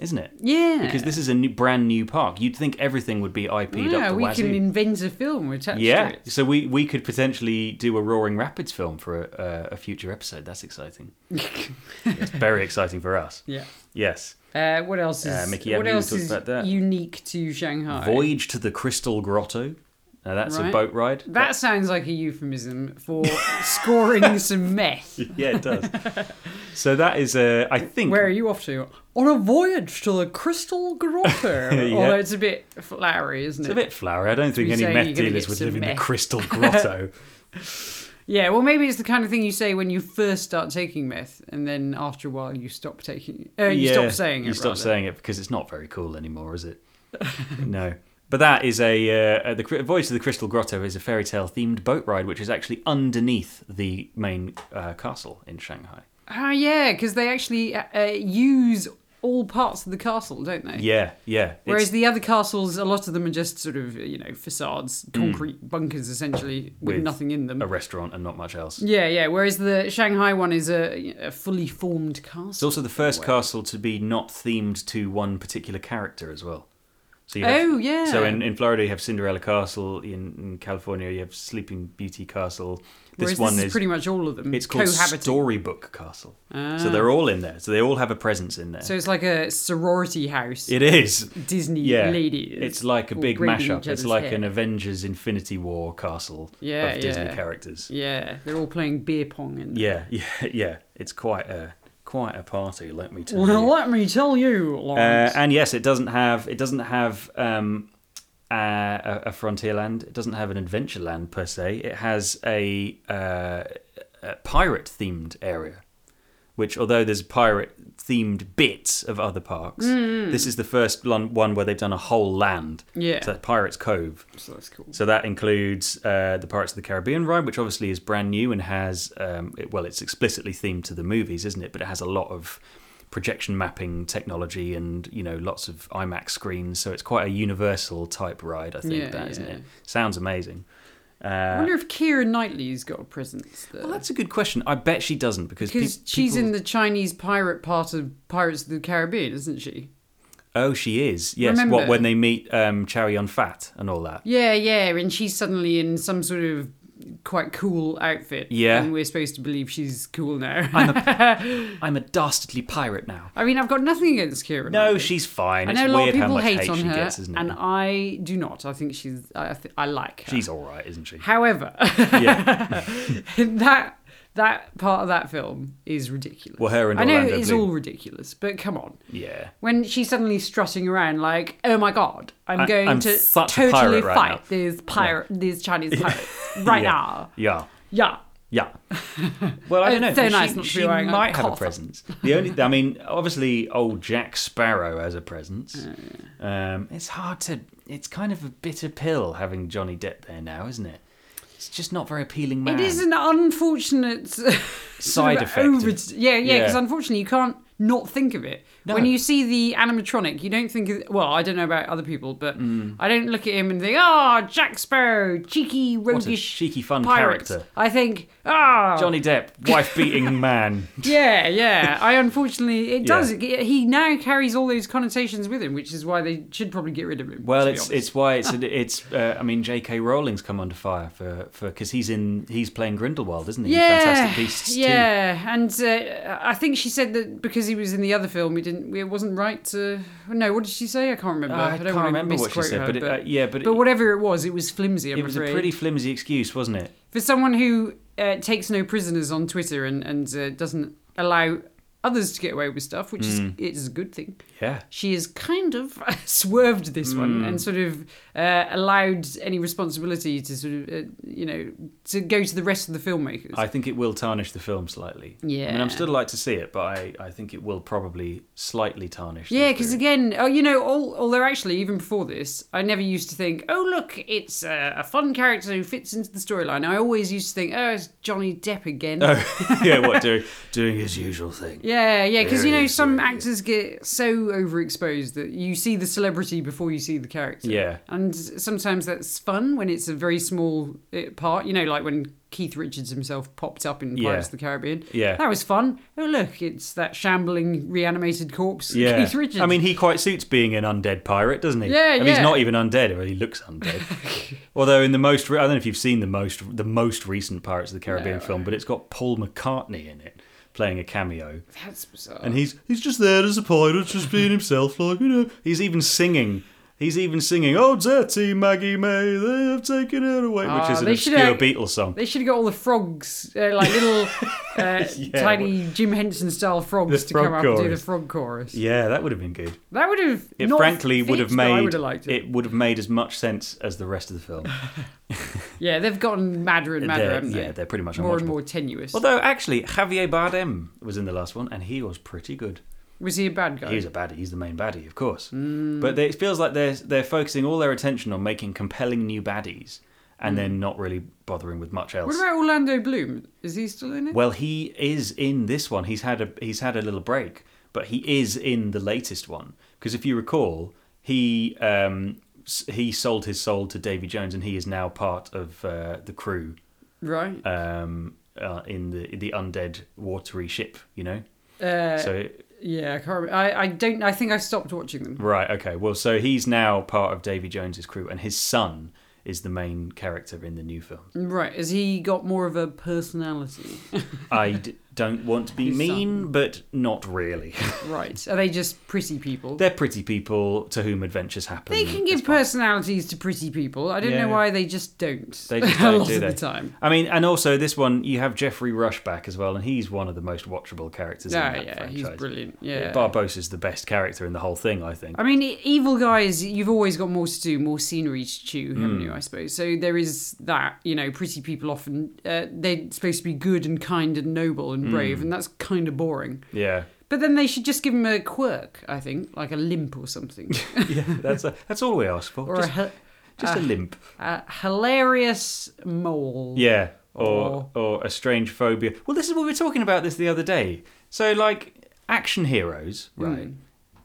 Speaker 2: isn't it?
Speaker 1: Yeah.
Speaker 2: Because this is a new, brand new park. You'd think everything would be IP'd up
Speaker 1: yeah,
Speaker 2: the
Speaker 1: we
Speaker 2: wazoo.
Speaker 1: can invent a film attached
Speaker 2: yeah,
Speaker 1: to it.
Speaker 2: so we, we could potentially do a Roaring Rapids film for a, uh, a future episode. That's exciting. it's very exciting for us.
Speaker 1: Yeah.
Speaker 2: Yes.
Speaker 1: Uh, what else is
Speaker 2: Uh, Mickey
Speaker 1: what
Speaker 2: Avenue, we
Speaker 1: else
Speaker 2: talked
Speaker 1: is
Speaker 2: about that.
Speaker 1: unique to Shanghai?
Speaker 2: Voyage to the Crystal Grotto. Now that's a
Speaker 1: Right.
Speaker 2: boat ride.
Speaker 1: That sounds like a euphemism for scoring some meth.
Speaker 2: yeah, it does. so that is, uh, I think,
Speaker 1: Where are you off to? On a voyage to the Crystal Grotto.
Speaker 2: Yeah.
Speaker 1: Although it's a bit flowery, isn't
Speaker 2: it's a
Speaker 1: it?
Speaker 2: bit flowery. I don't think
Speaker 1: You
Speaker 2: any
Speaker 1: say
Speaker 2: meth
Speaker 1: you're gonna
Speaker 2: dealers
Speaker 1: get
Speaker 2: would
Speaker 1: some
Speaker 2: live in the
Speaker 1: meth.
Speaker 2: Crystal Grotto.
Speaker 1: Yeah, well, maybe it's the kind of thing you say when you first start taking meth, and then after a while you stop taking it. Uh, you
Speaker 2: Yeah,
Speaker 1: stop saying it.
Speaker 2: You stop
Speaker 1: rather.
Speaker 2: saying it because it's not very cool anymore, is it? no. But that is a uh, uh, the Cri- Voyage to the Crystal Grotto is a fairy tale themed boat ride, which is actually underneath the main uh, castle in Shanghai.
Speaker 1: Ah, yeah, because they actually uh, uh, use all parts of the castle, don't they?
Speaker 2: Yeah, yeah.
Speaker 1: Whereas
Speaker 2: It's-
Speaker 1: the other castles, a lot of them are just sort of you know facades, concrete bunkers essentially with,
Speaker 2: Mm. With
Speaker 1: nothing in them.
Speaker 2: a restaurant and not much else.
Speaker 1: yeah, yeah. Whereas the Shanghai one is a, a fully formed
Speaker 2: It's
Speaker 1: castle.
Speaker 2: also the first castle to be not themed to one particular character as well. So you have,
Speaker 1: Oh yeah.
Speaker 2: So in, in Florida you have Cinderella Castle, in, in California you have Sleeping Beauty Castle. This
Speaker 1: Whereas
Speaker 2: one
Speaker 1: this is,
Speaker 2: is
Speaker 1: pretty much all of them.
Speaker 2: it's called
Speaker 1: cohabiting.
Speaker 2: Storybook Castle.
Speaker 1: Ah.
Speaker 2: So they're all in there. So they all have a presence in there.
Speaker 1: So it's like a sorority house.
Speaker 2: it is.
Speaker 1: Disney
Speaker 2: Yeah.
Speaker 1: ladies.
Speaker 2: It's like a
Speaker 1: all
Speaker 2: big
Speaker 1: braiding each
Speaker 2: mashup. It's
Speaker 1: other's
Speaker 2: like
Speaker 1: hair.
Speaker 2: an Avengers Infinity War castle
Speaker 1: Yeah,
Speaker 2: of Disney
Speaker 1: yeah.
Speaker 2: characters.
Speaker 1: Yeah, they're all playing beer pong and.
Speaker 2: Yeah, yeah, yeah. It's quite a quite a party, let me tell
Speaker 1: Well,
Speaker 2: you.
Speaker 1: let me tell you,
Speaker 2: Uh,
Speaker 1: Lawrence.
Speaker 2: and yes, it doesn't have it doesn't have um, uh, a, a frontier land. It doesn't have an adventure land per se. It has a, uh, a pirate themed area, which although there's pirate themed bits of other parks, this is the first lon- one where they've done a whole land.
Speaker 1: yeah,
Speaker 2: So that's Pirates Cove.
Speaker 1: so that's cool.
Speaker 2: So that includes uh, the Pirates of the Caribbean ride, which obviously is brand new and has, um, it, well, it's explicitly themed to the movies, isn't it? But it has a lot of projection mapping technology and you know lots of IMAX screens. So it's quite a universal type ride, I think.
Speaker 1: Yeah,
Speaker 2: that isn't
Speaker 1: yeah.
Speaker 2: it? Sounds amazing.
Speaker 1: I
Speaker 2: Uh,
Speaker 1: wonder if Kira Knightley's got a presence there.
Speaker 2: well, that's a good question. I bet she doesn't because peop-
Speaker 1: because she's
Speaker 2: people-
Speaker 1: in the Chinese pirate part of Pirates of the Caribbean, isn't she?
Speaker 2: Oh, she is. Yes. What
Speaker 1: Remember-
Speaker 2: when they meet um, Cherry on Fat and all that.
Speaker 1: Yeah, yeah, and she's suddenly in some sort of quite cool outfit.
Speaker 2: Yeah.
Speaker 1: and we're supposed to believe she's cool now.
Speaker 2: I'm a dastardly pirate now.
Speaker 1: I mean, I've got nothing against Kira.
Speaker 2: No,
Speaker 1: Knightley.
Speaker 2: she's fine.
Speaker 1: I
Speaker 2: It's
Speaker 1: know a lot
Speaker 2: weird
Speaker 1: of
Speaker 2: how
Speaker 1: people
Speaker 2: much
Speaker 1: hate
Speaker 2: hate
Speaker 1: on
Speaker 2: she
Speaker 1: her,
Speaker 2: gets, isn't it?
Speaker 1: and I do not. I think she's. I, th- I like her.
Speaker 2: She's all right, isn't she?
Speaker 1: However,
Speaker 2: yeah.
Speaker 1: that that part of that film is ridiculous.
Speaker 2: Well, her and
Speaker 1: I know
Speaker 2: Orlando
Speaker 1: it's
Speaker 2: Bloom.
Speaker 1: all ridiculous, but come on.
Speaker 2: Yeah.
Speaker 1: When she's suddenly strutting around like, "Oh my god, I'm
Speaker 2: I-
Speaker 1: going
Speaker 2: I'm
Speaker 1: to
Speaker 2: such a
Speaker 1: totally
Speaker 2: pirate right
Speaker 1: fight
Speaker 2: now."
Speaker 1: these pirate, these Chinese pirates right
Speaker 2: Yeah.
Speaker 1: now,"
Speaker 2: Yeah.
Speaker 1: yeah,
Speaker 2: Yeah. Well, I don't know.
Speaker 1: It's so
Speaker 2: She-
Speaker 1: nice not
Speaker 2: she
Speaker 1: to be wearing a
Speaker 2: might have a
Speaker 1: collar.
Speaker 2: presence. The only, I mean, obviously, old Jack Sparrow has a presence.
Speaker 1: Oh,
Speaker 2: Um, it's hard to. It's kind of a bitter pill having Johnny Depp there now, isn't it? It's just not very appealing. Man.
Speaker 1: it is an unfortunate sort
Speaker 2: Side
Speaker 1: of
Speaker 2: effect of-
Speaker 1: Over- yeah, yeah, because
Speaker 2: Yeah.
Speaker 1: unfortunately you can't not think of it.
Speaker 2: No.
Speaker 1: When you see the animatronic, you don't think of well, I don't know about other people, but
Speaker 2: Hmm.
Speaker 1: I don't look at him and think, "Oh, Jack Sparrow, cheeky,
Speaker 2: What a
Speaker 1: roguish
Speaker 2: cheeky, fun
Speaker 1: pirate."
Speaker 2: character.
Speaker 1: I think, "Ah,
Speaker 2: Johnny Depp, wife beating man.
Speaker 1: Yeah, yeah. I unfortunately it does. It- He now carries all those connotations with him, which is why they should probably get rid of him. to
Speaker 2: Well,
Speaker 1: be
Speaker 2: it's
Speaker 1: honest.
Speaker 2: it's why it's it's. Uh, I mean, J.K. Rowling's come under fire for for because he's in he's playing Grindelwald, isn't he? in
Speaker 1: yeah,
Speaker 2: Fantastic Beasts too.
Speaker 1: yeah. And uh, I think she said that because he was in the other film, it didn't. It wasn't right to. No, what did she say? I can't remember.
Speaker 2: I,
Speaker 1: don't
Speaker 2: can't
Speaker 1: want to
Speaker 2: remember what she
Speaker 1: misquote
Speaker 2: said,
Speaker 1: her,
Speaker 2: but, it, uh, yeah, but,
Speaker 1: but
Speaker 2: it,
Speaker 1: whatever it was, it was flimsy. I'm
Speaker 2: it was
Speaker 1: afraid.
Speaker 2: a pretty flimsy excuse, wasn't it?
Speaker 1: for someone who uh, takes no prisoners on Twitter and and uh, doesn't allow others to get away with stuff, which
Speaker 2: Mm.
Speaker 1: is is a good thing.
Speaker 2: Yeah.
Speaker 1: she has kind of swerved this
Speaker 2: Mm.
Speaker 1: one and sort of uh, allowed any responsibility to sort of, uh, you know, to go to the rest of the filmmakers.
Speaker 2: I think it will tarnish the film slightly. I mean,
Speaker 1: Yeah.
Speaker 2: I'm still like to see it, but I, I think it will probably slightly tarnish. the
Speaker 1: yeah, because
Speaker 2: experience.
Speaker 1: again, oh, you know, all, although actually, even before this, I never used to think, oh, look, it's a, a fun character who fits into the storyline. I always used to think, oh, it's Johnny Depp again.
Speaker 2: Oh. yeah, what doing doing his usual thing.
Speaker 1: Yeah, yeah, because you
Speaker 2: Very
Speaker 1: know some
Speaker 2: true, yeah.
Speaker 1: actors get so overexposed that you see the celebrity before you see the character.
Speaker 2: Yeah.
Speaker 1: and sometimes that's fun when it's a very small uh, eh, part. You know, like when Keith Richards himself popped up in
Speaker 2: Yeah.
Speaker 1: Pirates of the Caribbean.
Speaker 2: Yeah.
Speaker 1: That was fun. Oh, look, it's that shambling reanimated corpse,
Speaker 2: Yeah.
Speaker 1: Keith Richards.
Speaker 2: I mean, he quite suits being an undead pirate, doesn't he?
Speaker 1: Yeah,
Speaker 2: I mean, He's
Speaker 1: yeah.
Speaker 2: not even undead, or he looks undead. Although in the most, re- I don't know if you've seen the most, the most recent Pirates of the Caribbean film, but it's got Paul McCartney in it playing a cameo,
Speaker 1: that's bizarre.
Speaker 2: and he's he's just there as a pirate, just being himself, like you know. He's even singing. He's even singing, "Oh, dirty Maggie May, they have taken her away," which
Speaker 1: Ah,
Speaker 2: is an
Speaker 1: they should
Speaker 2: obscure
Speaker 1: have-
Speaker 2: Beatles song.
Speaker 1: They should have got all the frogs, uh, like little uh,
Speaker 2: Yeah.
Speaker 1: tiny Jim Henson style frogs
Speaker 2: The
Speaker 1: to come up
Speaker 2: frog
Speaker 1: and do the
Speaker 2: chorus.
Speaker 1: frog chorus.
Speaker 2: Yeah, that would have been good.
Speaker 1: That would have.
Speaker 2: It
Speaker 1: not
Speaker 2: frankly
Speaker 1: fit,
Speaker 2: would have
Speaker 1: but I
Speaker 2: made
Speaker 1: would have liked it.
Speaker 2: it would have made as much sense as the rest of the film.
Speaker 1: Yeah, they've gotten madder and madder,
Speaker 2: They're-
Speaker 1: haven't they?
Speaker 2: yeah, they're pretty much
Speaker 1: more and
Speaker 2: unwatchable.
Speaker 1: more tenuous.
Speaker 2: Although, actually, Javier Bardem was in the last one, and he was pretty good.
Speaker 1: Was he a bad guy?
Speaker 2: He's a baddie. He's the main baddie, of course.
Speaker 1: Mm.
Speaker 2: But they, it feels like they're they're focusing all their attention on making compelling new baddies, and then not really bothering with much else.
Speaker 1: Mm. What about Orlando Bloom? Is he still in it?
Speaker 2: well, he is in this one. He's had a he's had a little break, but he is in the latest one because if you recall, he um, s- he sold his soul to Davy Jones, and he is now part of uh, the crew
Speaker 1: right.
Speaker 2: um, uh, in the in the undead watery ship. You know.
Speaker 1: Uh,
Speaker 2: So
Speaker 1: yeah, I can't. Remember. I I don't. I think I stopped watching them.
Speaker 2: right, okay. Well, so he's now part of Davy Jones's crew, and his son is the main character in the new film.
Speaker 1: Right. Has he got more of a personality?
Speaker 2: I d- don't want to be
Speaker 1: His
Speaker 2: mean, but not really.
Speaker 1: right. Are they just pretty people?
Speaker 2: They're pretty people to whom adventures happen.
Speaker 1: They can give personalities to pretty people. I don't
Speaker 2: Yeah.
Speaker 1: know why they just don't.
Speaker 2: They just
Speaker 1: a
Speaker 2: don't,
Speaker 1: lot
Speaker 2: do
Speaker 1: of
Speaker 2: they?
Speaker 1: the time.
Speaker 2: I mean, and also this one, you have Jeffrey Rush back as well, and he's one of the most watchable characters
Speaker 1: Yeah,
Speaker 2: in that
Speaker 1: yeah,
Speaker 2: franchise.
Speaker 1: he's brilliant. Yeah.
Speaker 2: Barbosa's the best character in the whole thing, I think.
Speaker 1: I mean, e- evil guys, you've always got more to do, more scenery to chew, haven't
Speaker 2: Hmm.
Speaker 1: you? I suppose. So there is that. You know, pretty people often uh, they're supposed to be good and kind and noble and brave,
Speaker 2: Hmm.
Speaker 1: and that's kind of boring.
Speaker 2: Yeah,
Speaker 1: But then they should just give them a quirk, I think, like a limp or something,
Speaker 2: yeah, that's a, that's all we ask for.
Speaker 1: or a,
Speaker 2: just
Speaker 1: hi-
Speaker 2: just a
Speaker 1: Ah.
Speaker 2: limp.
Speaker 1: a hilarious mole.
Speaker 2: Yeah, or or a strange phobia. Well, this is what we were talking about this the other day. So, like action heroes,
Speaker 1: Hmm.
Speaker 2: right?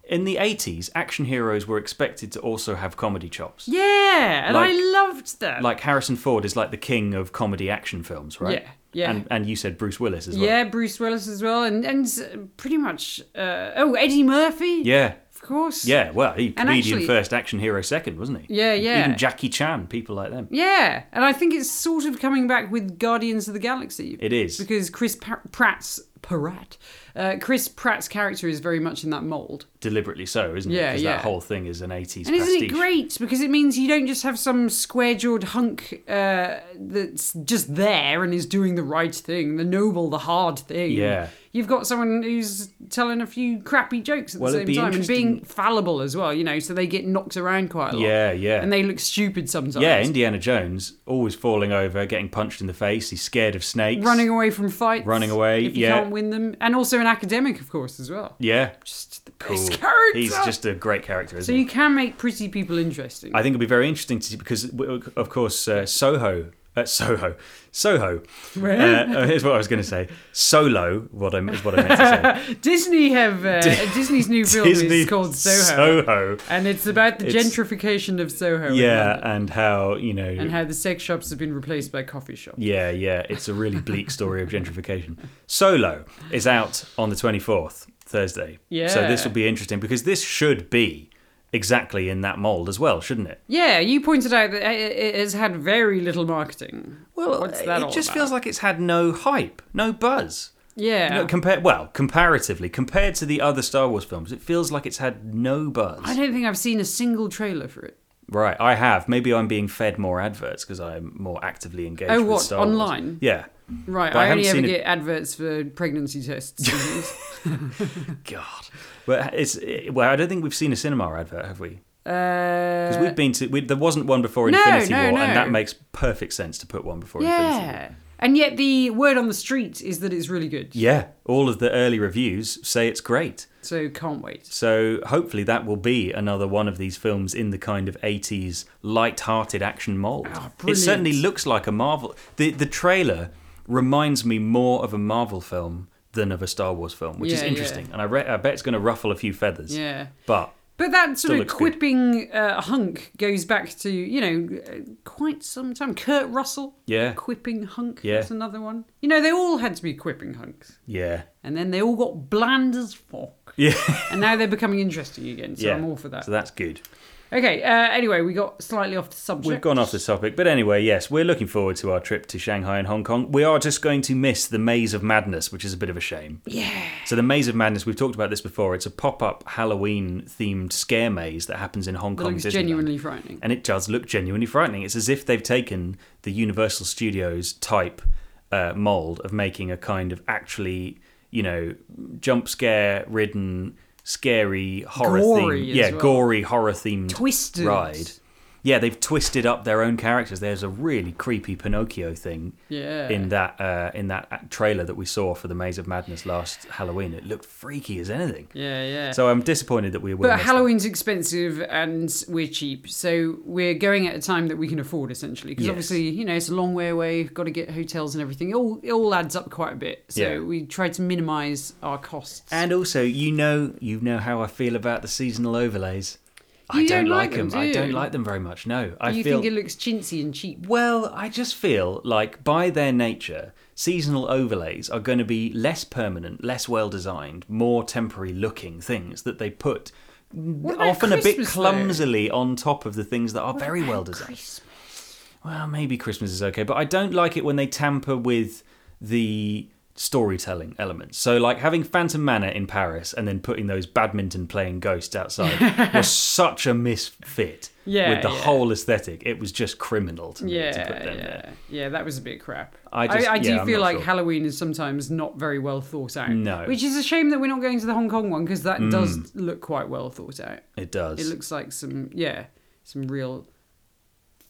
Speaker 2: In the eighties, action heroes were expected to also have comedy chops.
Speaker 1: Yeah, and I
Speaker 2: Like-
Speaker 1: loved that.
Speaker 2: Like Harrison Ford is like the king of comedy action films, right?
Speaker 1: Yeah, yeah.
Speaker 2: And and you said Bruce Willis as well.
Speaker 1: Yeah, Bruce Willis as well, and and s- pretty much. Uh, oh, Eddie Murphy.
Speaker 2: yeah,
Speaker 1: of course.
Speaker 2: yeah. Well, he
Speaker 1: And
Speaker 2: comedian
Speaker 1: actually-
Speaker 2: first, action hero second, wasn't he?
Speaker 1: Yeah, yeah.
Speaker 2: Even Jackie Chan, people like them.
Speaker 1: Yeah, and I think it's sort of coming back with Guardians of the Galaxy.
Speaker 2: It is.
Speaker 1: because Chris pa- Pratt's Pratt, uh, Chris Pratt's character is very much in that mold,
Speaker 2: Deliberately so, isn't it?
Speaker 1: Yeah,
Speaker 2: Because
Speaker 1: yeah.
Speaker 2: that whole thing is an eighties
Speaker 1: and
Speaker 2: pastiche.
Speaker 1: isn't it great? Because it means you don't just have some square-jawed hunk uh, that's just there and is doing the right thing, the noble, the hard thing.
Speaker 2: Yeah.
Speaker 1: you've got someone who's telling a few crappy jokes at
Speaker 2: Well,
Speaker 1: the
Speaker 2: it'd
Speaker 1: same
Speaker 2: be
Speaker 1: time and being
Speaker 2: interesting-
Speaker 1: fallible as well. You know, so they get knocked around quite a lot.
Speaker 2: Yeah, yeah.
Speaker 1: and they look stupid sometimes.
Speaker 2: Yeah, Indiana Jones, always falling over, getting punched in the face. He's scared of snakes.
Speaker 1: running away from fights,
Speaker 2: Running away,
Speaker 1: If you
Speaker 2: yeah.
Speaker 1: can't win them, and also an academic, of course, as well.
Speaker 2: Yeah.
Speaker 1: Just the
Speaker 2: Cool.
Speaker 1: best character.
Speaker 2: He's just a great character,
Speaker 1: so
Speaker 2: isn't he?
Speaker 1: you can make pretty people interesting.
Speaker 2: I think it'll be very interesting to see because, w- of course, uh, Soho. Uh, Soho, Soho. Uh, uh, here's what I was going to say. Solo. What I is what I meant to
Speaker 1: Disney have uh, Disney's new
Speaker 2: say.
Speaker 1: film is called Soho,
Speaker 2: Soho.
Speaker 1: and it's about the
Speaker 2: It's-
Speaker 1: gentrification of Soho. in
Speaker 2: Yeah,
Speaker 1: London,
Speaker 2: and how you know.
Speaker 1: and how the sex shops have been replaced by coffee shops.
Speaker 2: yeah, yeah. It's a really bleak story of gentrification. Solo is out on the 24th, Thursday. So this
Speaker 1: Yeah.
Speaker 2: will be interesting because this should be exactly in that mold as well, shouldn't it?
Speaker 1: Yeah, you pointed out that it it has had very little marketing.
Speaker 2: Well,
Speaker 1: What's that
Speaker 2: it
Speaker 1: all
Speaker 2: just
Speaker 1: about?
Speaker 2: feels like it's had no hype, no buzz.
Speaker 1: Yeah.
Speaker 2: No, compare well, comparatively, compared to the other Star Wars films, it feels like it's had no buzz.
Speaker 1: I don't think I've seen a single trailer for it.
Speaker 2: right, I have. Maybe I'm being fed more adverts because I'm more actively engaged.
Speaker 1: Oh,
Speaker 2: with
Speaker 1: what,
Speaker 2: Star Wars.
Speaker 1: online?
Speaker 2: Yeah.
Speaker 1: Right,
Speaker 2: But I
Speaker 1: I, only ever
Speaker 2: haven't seen
Speaker 1: get adverts for pregnancy tests. and things.
Speaker 2: God. But it's it- well, I don't think we've seen a cinema advert, have we?
Speaker 1: Uh,
Speaker 2: Because we've been to we, there wasn't one before
Speaker 1: No,
Speaker 2: Infinity
Speaker 1: no,
Speaker 2: War,
Speaker 1: no.
Speaker 2: and that makes perfect sense to put one before Infinity War.
Speaker 1: Yeah. And yet the word on the street is that it's really good.
Speaker 2: Yeah, all of the early reviews say it's great.
Speaker 1: So can't wait.
Speaker 2: So hopefully that will be another one of these films in the kind of 80s light-hearted action mold. it
Speaker 1: Ah, brilliant.
Speaker 2: certainly looks like a Marvel the the trailer reminds me more of a Marvel film than of a Star Wars film, which is
Speaker 1: Yeah, yeah.
Speaker 2: interesting. And I, re- I bet it's going to ruffle a few feathers.
Speaker 1: Yeah.
Speaker 2: But
Speaker 1: But that
Speaker 2: Still
Speaker 1: sort of
Speaker 2: looks good.
Speaker 1: quipping uh, hunk goes back to, you know, uh, quite some time. Kurt Russell,
Speaker 2: Yeah.
Speaker 1: quipping hunk.
Speaker 2: Yeah.
Speaker 1: That's another one. You know, they all had to be quipping hunks.
Speaker 2: Yeah.
Speaker 1: And then they all got bland as fuck.
Speaker 2: Yeah.
Speaker 1: and now they're becoming interesting again, so
Speaker 2: yeah.
Speaker 1: I'm all for that.
Speaker 2: So that's good.
Speaker 1: okay, uh, anyway, we got slightly off the subject.
Speaker 2: We've gone off the topic, but anyway, yes, we're looking forward to our trip to Shanghai and Hong Kong. We are just going to miss the Maze of Madness, which is a bit of a shame.
Speaker 1: Yeah.
Speaker 2: So the Maze of Madness, we've talked about this before. It's a pop-up Halloween-themed scare maze that happens in Hong
Speaker 1: That
Speaker 2: Kong.
Speaker 1: looks
Speaker 2: Disneyland.
Speaker 1: genuinely frightening.
Speaker 2: and it does look genuinely frightening. It's as if they've taken the Universal Studios type uh, mold of making a kind of actually, you know, jump scare ridden, scary horror
Speaker 1: Gory
Speaker 2: theme.
Speaker 1: as
Speaker 2: Yeah,
Speaker 1: well.
Speaker 2: gory horror themed
Speaker 1: Twisted.
Speaker 2: ride. Yeah, they've twisted up their own characters. There's a really creepy Pinocchio thing
Speaker 1: Yeah.
Speaker 2: in that uh, in that trailer that we saw for the Maze of Madness last Halloween. It looked freaky as anything.
Speaker 1: Yeah, yeah.
Speaker 2: So I'm disappointed that we were.
Speaker 1: But Halloween's expensive and we're cheap, so we're going at a time that we can afford essentially. Because
Speaker 2: Yes.
Speaker 1: obviously, you know, it's a long way away. Got to get hotels and everything. It all it all adds up quite a bit. So
Speaker 2: Yeah.
Speaker 1: we try to minimise our costs.
Speaker 2: And also, you know, you know how I feel about the seasonal overlays. I
Speaker 1: You
Speaker 2: don't,
Speaker 1: don't
Speaker 2: like
Speaker 1: like them,
Speaker 2: them. I
Speaker 1: do
Speaker 2: don't
Speaker 1: you?
Speaker 2: like them very much. No, I
Speaker 1: you
Speaker 2: feel.
Speaker 1: think it looks chintzy and cheap?
Speaker 2: well, I just feel like by their nature, seasonal overlays are going to be less permanent, less well designed, more temporary looking things that they put
Speaker 1: about
Speaker 2: often a bit
Speaker 1: Christmas, though?
Speaker 2: clumsily on top of the things that are very well designed. Well, maybe Christmas is okay, but I don't like it when they tamper with the storytelling elements. So, like having Phantom Manor in Paris and then putting those badminton playing ghosts outside was such a misfit
Speaker 1: Yeah,
Speaker 2: with the
Speaker 1: yeah.
Speaker 2: whole aesthetic. It was just criminal to me to
Speaker 1: Yeah,
Speaker 2: put them there.
Speaker 1: yeah, yeah. That was a bit crap.
Speaker 2: I
Speaker 1: I,
Speaker 2: just-
Speaker 1: I, do
Speaker 2: yeah, I'm
Speaker 1: feel
Speaker 2: not
Speaker 1: like
Speaker 2: sure.
Speaker 1: Halloween is sometimes not very well thought out.
Speaker 2: No. Mm.
Speaker 1: which is a shame that we're not going to the Hong Kong one because that does look quite well thought out.
Speaker 2: It does.
Speaker 1: It looks like some yeah, some real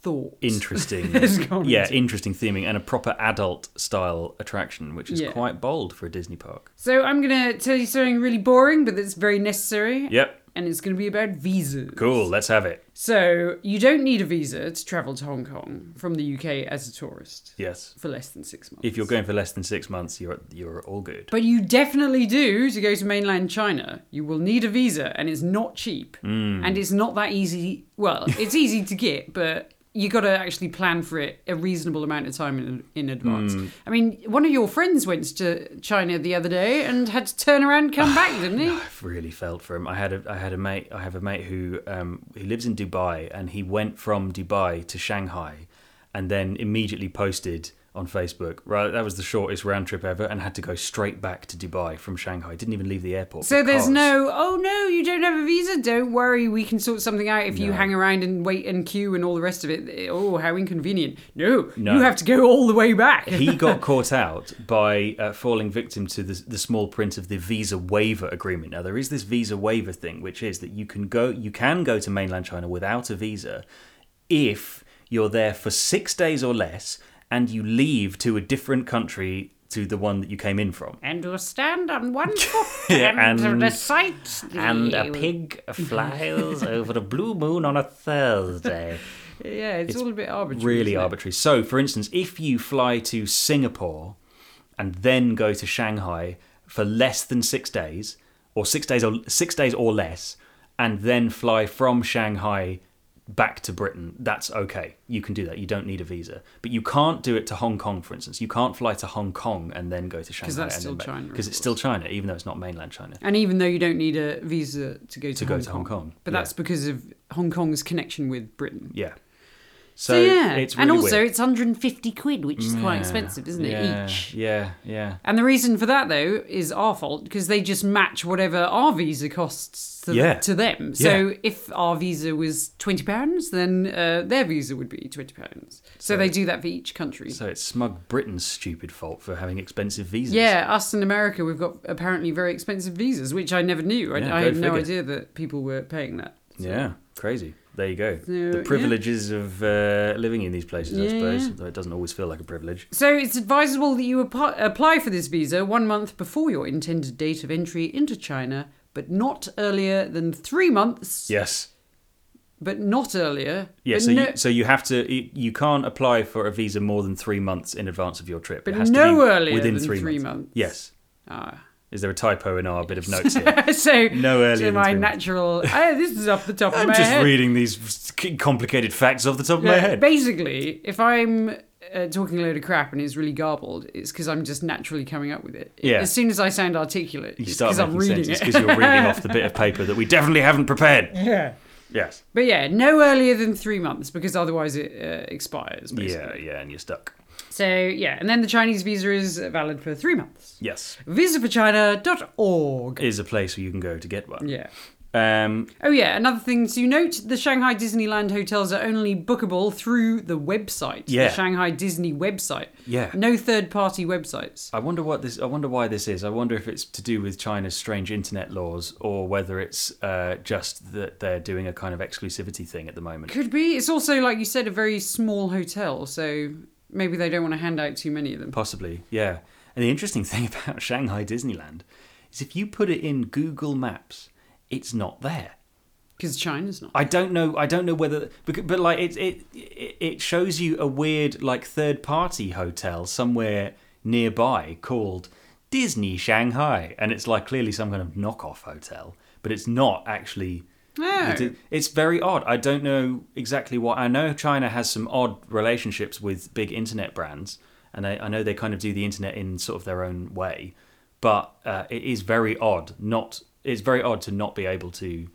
Speaker 1: thought.
Speaker 2: interesting.
Speaker 1: has gone
Speaker 2: yeah,
Speaker 1: into it.
Speaker 2: interesting theming and a proper adult style attraction, which is
Speaker 1: Yeah.
Speaker 2: quite bold for a Disney park.
Speaker 1: So I'm gonna tell you something really boring, but that's very necessary.
Speaker 2: Yep.
Speaker 1: And it's gonna be about visas.
Speaker 2: Cool, let's have it.
Speaker 1: So you don't need a visa to travel to Hong Kong from the UK as a tourist
Speaker 2: Yes.
Speaker 1: for less than six months.
Speaker 2: If you're going for less than 6 months, you're you're all good.
Speaker 1: But you definitely do to go to mainland China. You will need a visa, and it's not cheap,
Speaker 2: Hmm.
Speaker 1: and it's not that easy. Well, it's easy to get, but you got to actually plan for it a reasonable amount of time in, in advance.
Speaker 2: Hmm.
Speaker 1: I mean, one of your friends went to China the other day and had to turn around and come back, didn't he?
Speaker 2: I've really felt for him. I had a I had a mate. I have a mate who um who lives in Dubai, and he went from Dubai to Shanghai, and then immediately posted on Facebook. Right, that was the shortest round trip ever, and had to go straight back to Dubai from Shanghai. Didn't even leave the airport.
Speaker 1: So there's
Speaker 2: because-
Speaker 1: no, oh no, you don't have a visa. Don't worry, we can sort something out if you hang around and wait and queue and all the rest of it. Oh, how inconvenient. No,
Speaker 2: No.
Speaker 1: you have to go all the way back.
Speaker 2: he got caught out by uh, falling victim to the, the small print of the visa waiver agreement. Now there is this visa waiver thing, which is that you can go you can go to mainland China without a visa if you're there for six days or less and you leave to a different country to the one that you came in from.
Speaker 1: and will stand on one foot
Speaker 2: Yeah,
Speaker 1: and,
Speaker 2: and-
Speaker 1: recite
Speaker 2: And
Speaker 1: the-
Speaker 2: a pig flies over the blue moon on a Thursday.
Speaker 1: Yeah, it's, all a bit arbitrary.
Speaker 2: really
Speaker 1: isn't it?
Speaker 2: arbitrary. So, for instance, if you fly to Singapore and then go to Shanghai for less than six days, or six days or six days or less, and then fly from Shanghai back to Britain, that's okay. You can do that. You don't need a visa. But you can't do it to Hong Kong, for instance. You can't fly to Hong Kong and then go to Shanghai.
Speaker 1: that's
Speaker 2: and
Speaker 1: still
Speaker 2: then back-
Speaker 1: China, of
Speaker 2: Because it's
Speaker 1: course.
Speaker 2: still China, even though it's not mainland China.
Speaker 1: And even though you don't need a visa to go to,
Speaker 2: go
Speaker 1: Hong,
Speaker 2: to
Speaker 1: Kong.
Speaker 2: Hong Kong,
Speaker 1: but
Speaker 2: yeah.
Speaker 1: that's because of Hong Kong's connection with Britain.
Speaker 2: Yeah. So,
Speaker 1: So, yeah,
Speaker 2: it's really
Speaker 1: and also
Speaker 2: weird.
Speaker 1: it's 150 quid, which is quite
Speaker 2: Yeah.
Speaker 1: expensive, isn't
Speaker 2: Yeah.
Speaker 1: it? Each.
Speaker 2: Yeah, yeah.
Speaker 1: And the reason for that though is our fault because they just match whatever our visa costs to,
Speaker 2: Yeah.
Speaker 1: to them. So if our visa was twenty pounds, then uh, their visa would be twenty pounds. So, they do that for each country.
Speaker 2: So it's smug Britain's stupid fault for having expensive visas.
Speaker 1: Yeah, us in America, we've got apparently very expensive visas, which I never knew. I,
Speaker 2: Yeah,
Speaker 1: I
Speaker 2: go
Speaker 1: had no
Speaker 2: figure.
Speaker 1: idea that people were paying that. So-
Speaker 2: Yeah, crazy. There you go.
Speaker 1: So,
Speaker 2: the
Speaker 1: yeah.
Speaker 2: privileges of uh, living in these places, I
Speaker 1: Yeah,
Speaker 2: suppose,
Speaker 1: yeah.
Speaker 2: though it doesn't always feel like a privilege.
Speaker 1: So it's advisable that you ap- apply for this visa one month before your intended date of entry into China, but not earlier than three months.
Speaker 2: Yes.
Speaker 1: But not earlier.
Speaker 2: Yeah,
Speaker 1: But
Speaker 2: so,
Speaker 1: no,
Speaker 2: you, so you have to, you- you can't apply for a visa more than three months in advance of your trip.
Speaker 1: But
Speaker 2: it has to
Speaker 1: no
Speaker 2: be
Speaker 1: earlier
Speaker 2: within
Speaker 1: than
Speaker 2: three,
Speaker 1: three
Speaker 2: months.
Speaker 1: months.
Speaker 2: Yes.
Speaker 1: Ah.
Speaker 2: Is there a typo in our bit of notes here?
Speaker 1: so
Speaker 2: No earlier
Speaker 1: to
Speaker 2: than
Speaker 1: my
Speaker 2: three months.
Speaker 1: natural. Oh, this is off the top of
Speaker 2: I'm
Speaker 1: my
Speaker 2: just
Speaker 1: head.
Speaker 2: reading these complicated facts off the top of my
Speaker 1: Yeah,
Speaker 2: head.
Speaker 1: Basically, if I'm uh, talking a load of crap and it's really garbled, it's because I'm just naturally coming up with it.
Speaker 2: Yeah.
Speaker 1: As soon as I sound articulate,
Speaker 2: You
Speaker 1: it's
Speaker 2: start
Speaker 1: because I'm
Speaker 2: making
Speaker 1: reading
Speaker 2: sense. It's
Speaker 1: it.
Speaker 2: because you're reading off the bit of paper that we definitely haven't prepared.
Speaker 1: yeah.
Speaker 2: Yes.
Speaker 1: But yeah, no earlier than three months because otherwise it uh, expires.
Speaker 2: Yeah,
Speaker 1: Basically.
Speaker 2: yeah, and you're stuck.
Speaker 1: So yeah, and then the Chinese visa is valid for three months.
Speaker 2: Yes.
Speaker 1: Visaforchina.org.
Speaker 2: Is a place where you can go to get one.
Speaker 1: Yeah.
Speaker 2: Um,
Speaker 1: Oh yeah, another thing to note: the Shanghai Disneyland hotels are only bookable through the website,
Speaker 2: Yeah.
Speaker 1: the Shanghai Disney website.
Speaker 2: Yeah.
Speaker 1: No third-party websites.
Speaker 2: I wonder what this. I wonder why this is. I wonder if it's to do with China's strange internet laws, or whether it's uh, just that they're doing a kind of exclusivity thing at the moment.
Speaker 1: Could be. It's also like you said, a very small hotel, so maybe they don't want to hand out too many of them.
Speaker 2: Possibly, yeah. And the interesting thing about Shanghai Disneyland is if you put it in Google Maps, it's not there.
Speaker 1: Because China's not.
Speaker 2: I don't know. I don't know whether, bec- but like it, it, it it shows you a weird like third party hotel somewhere nearby called Disney Shanghai, and it's like clearly some kind of knockoff hotel, but it's not actually.
Speaker 1: No.
Speaker 2: It- It's very odd. I don't know exactly what. I know China has some odd relationships with big internet brands, and I, I know they kind of do the internet in sort of their own way, but uh, it is very odd. Not it's very odd to not be able to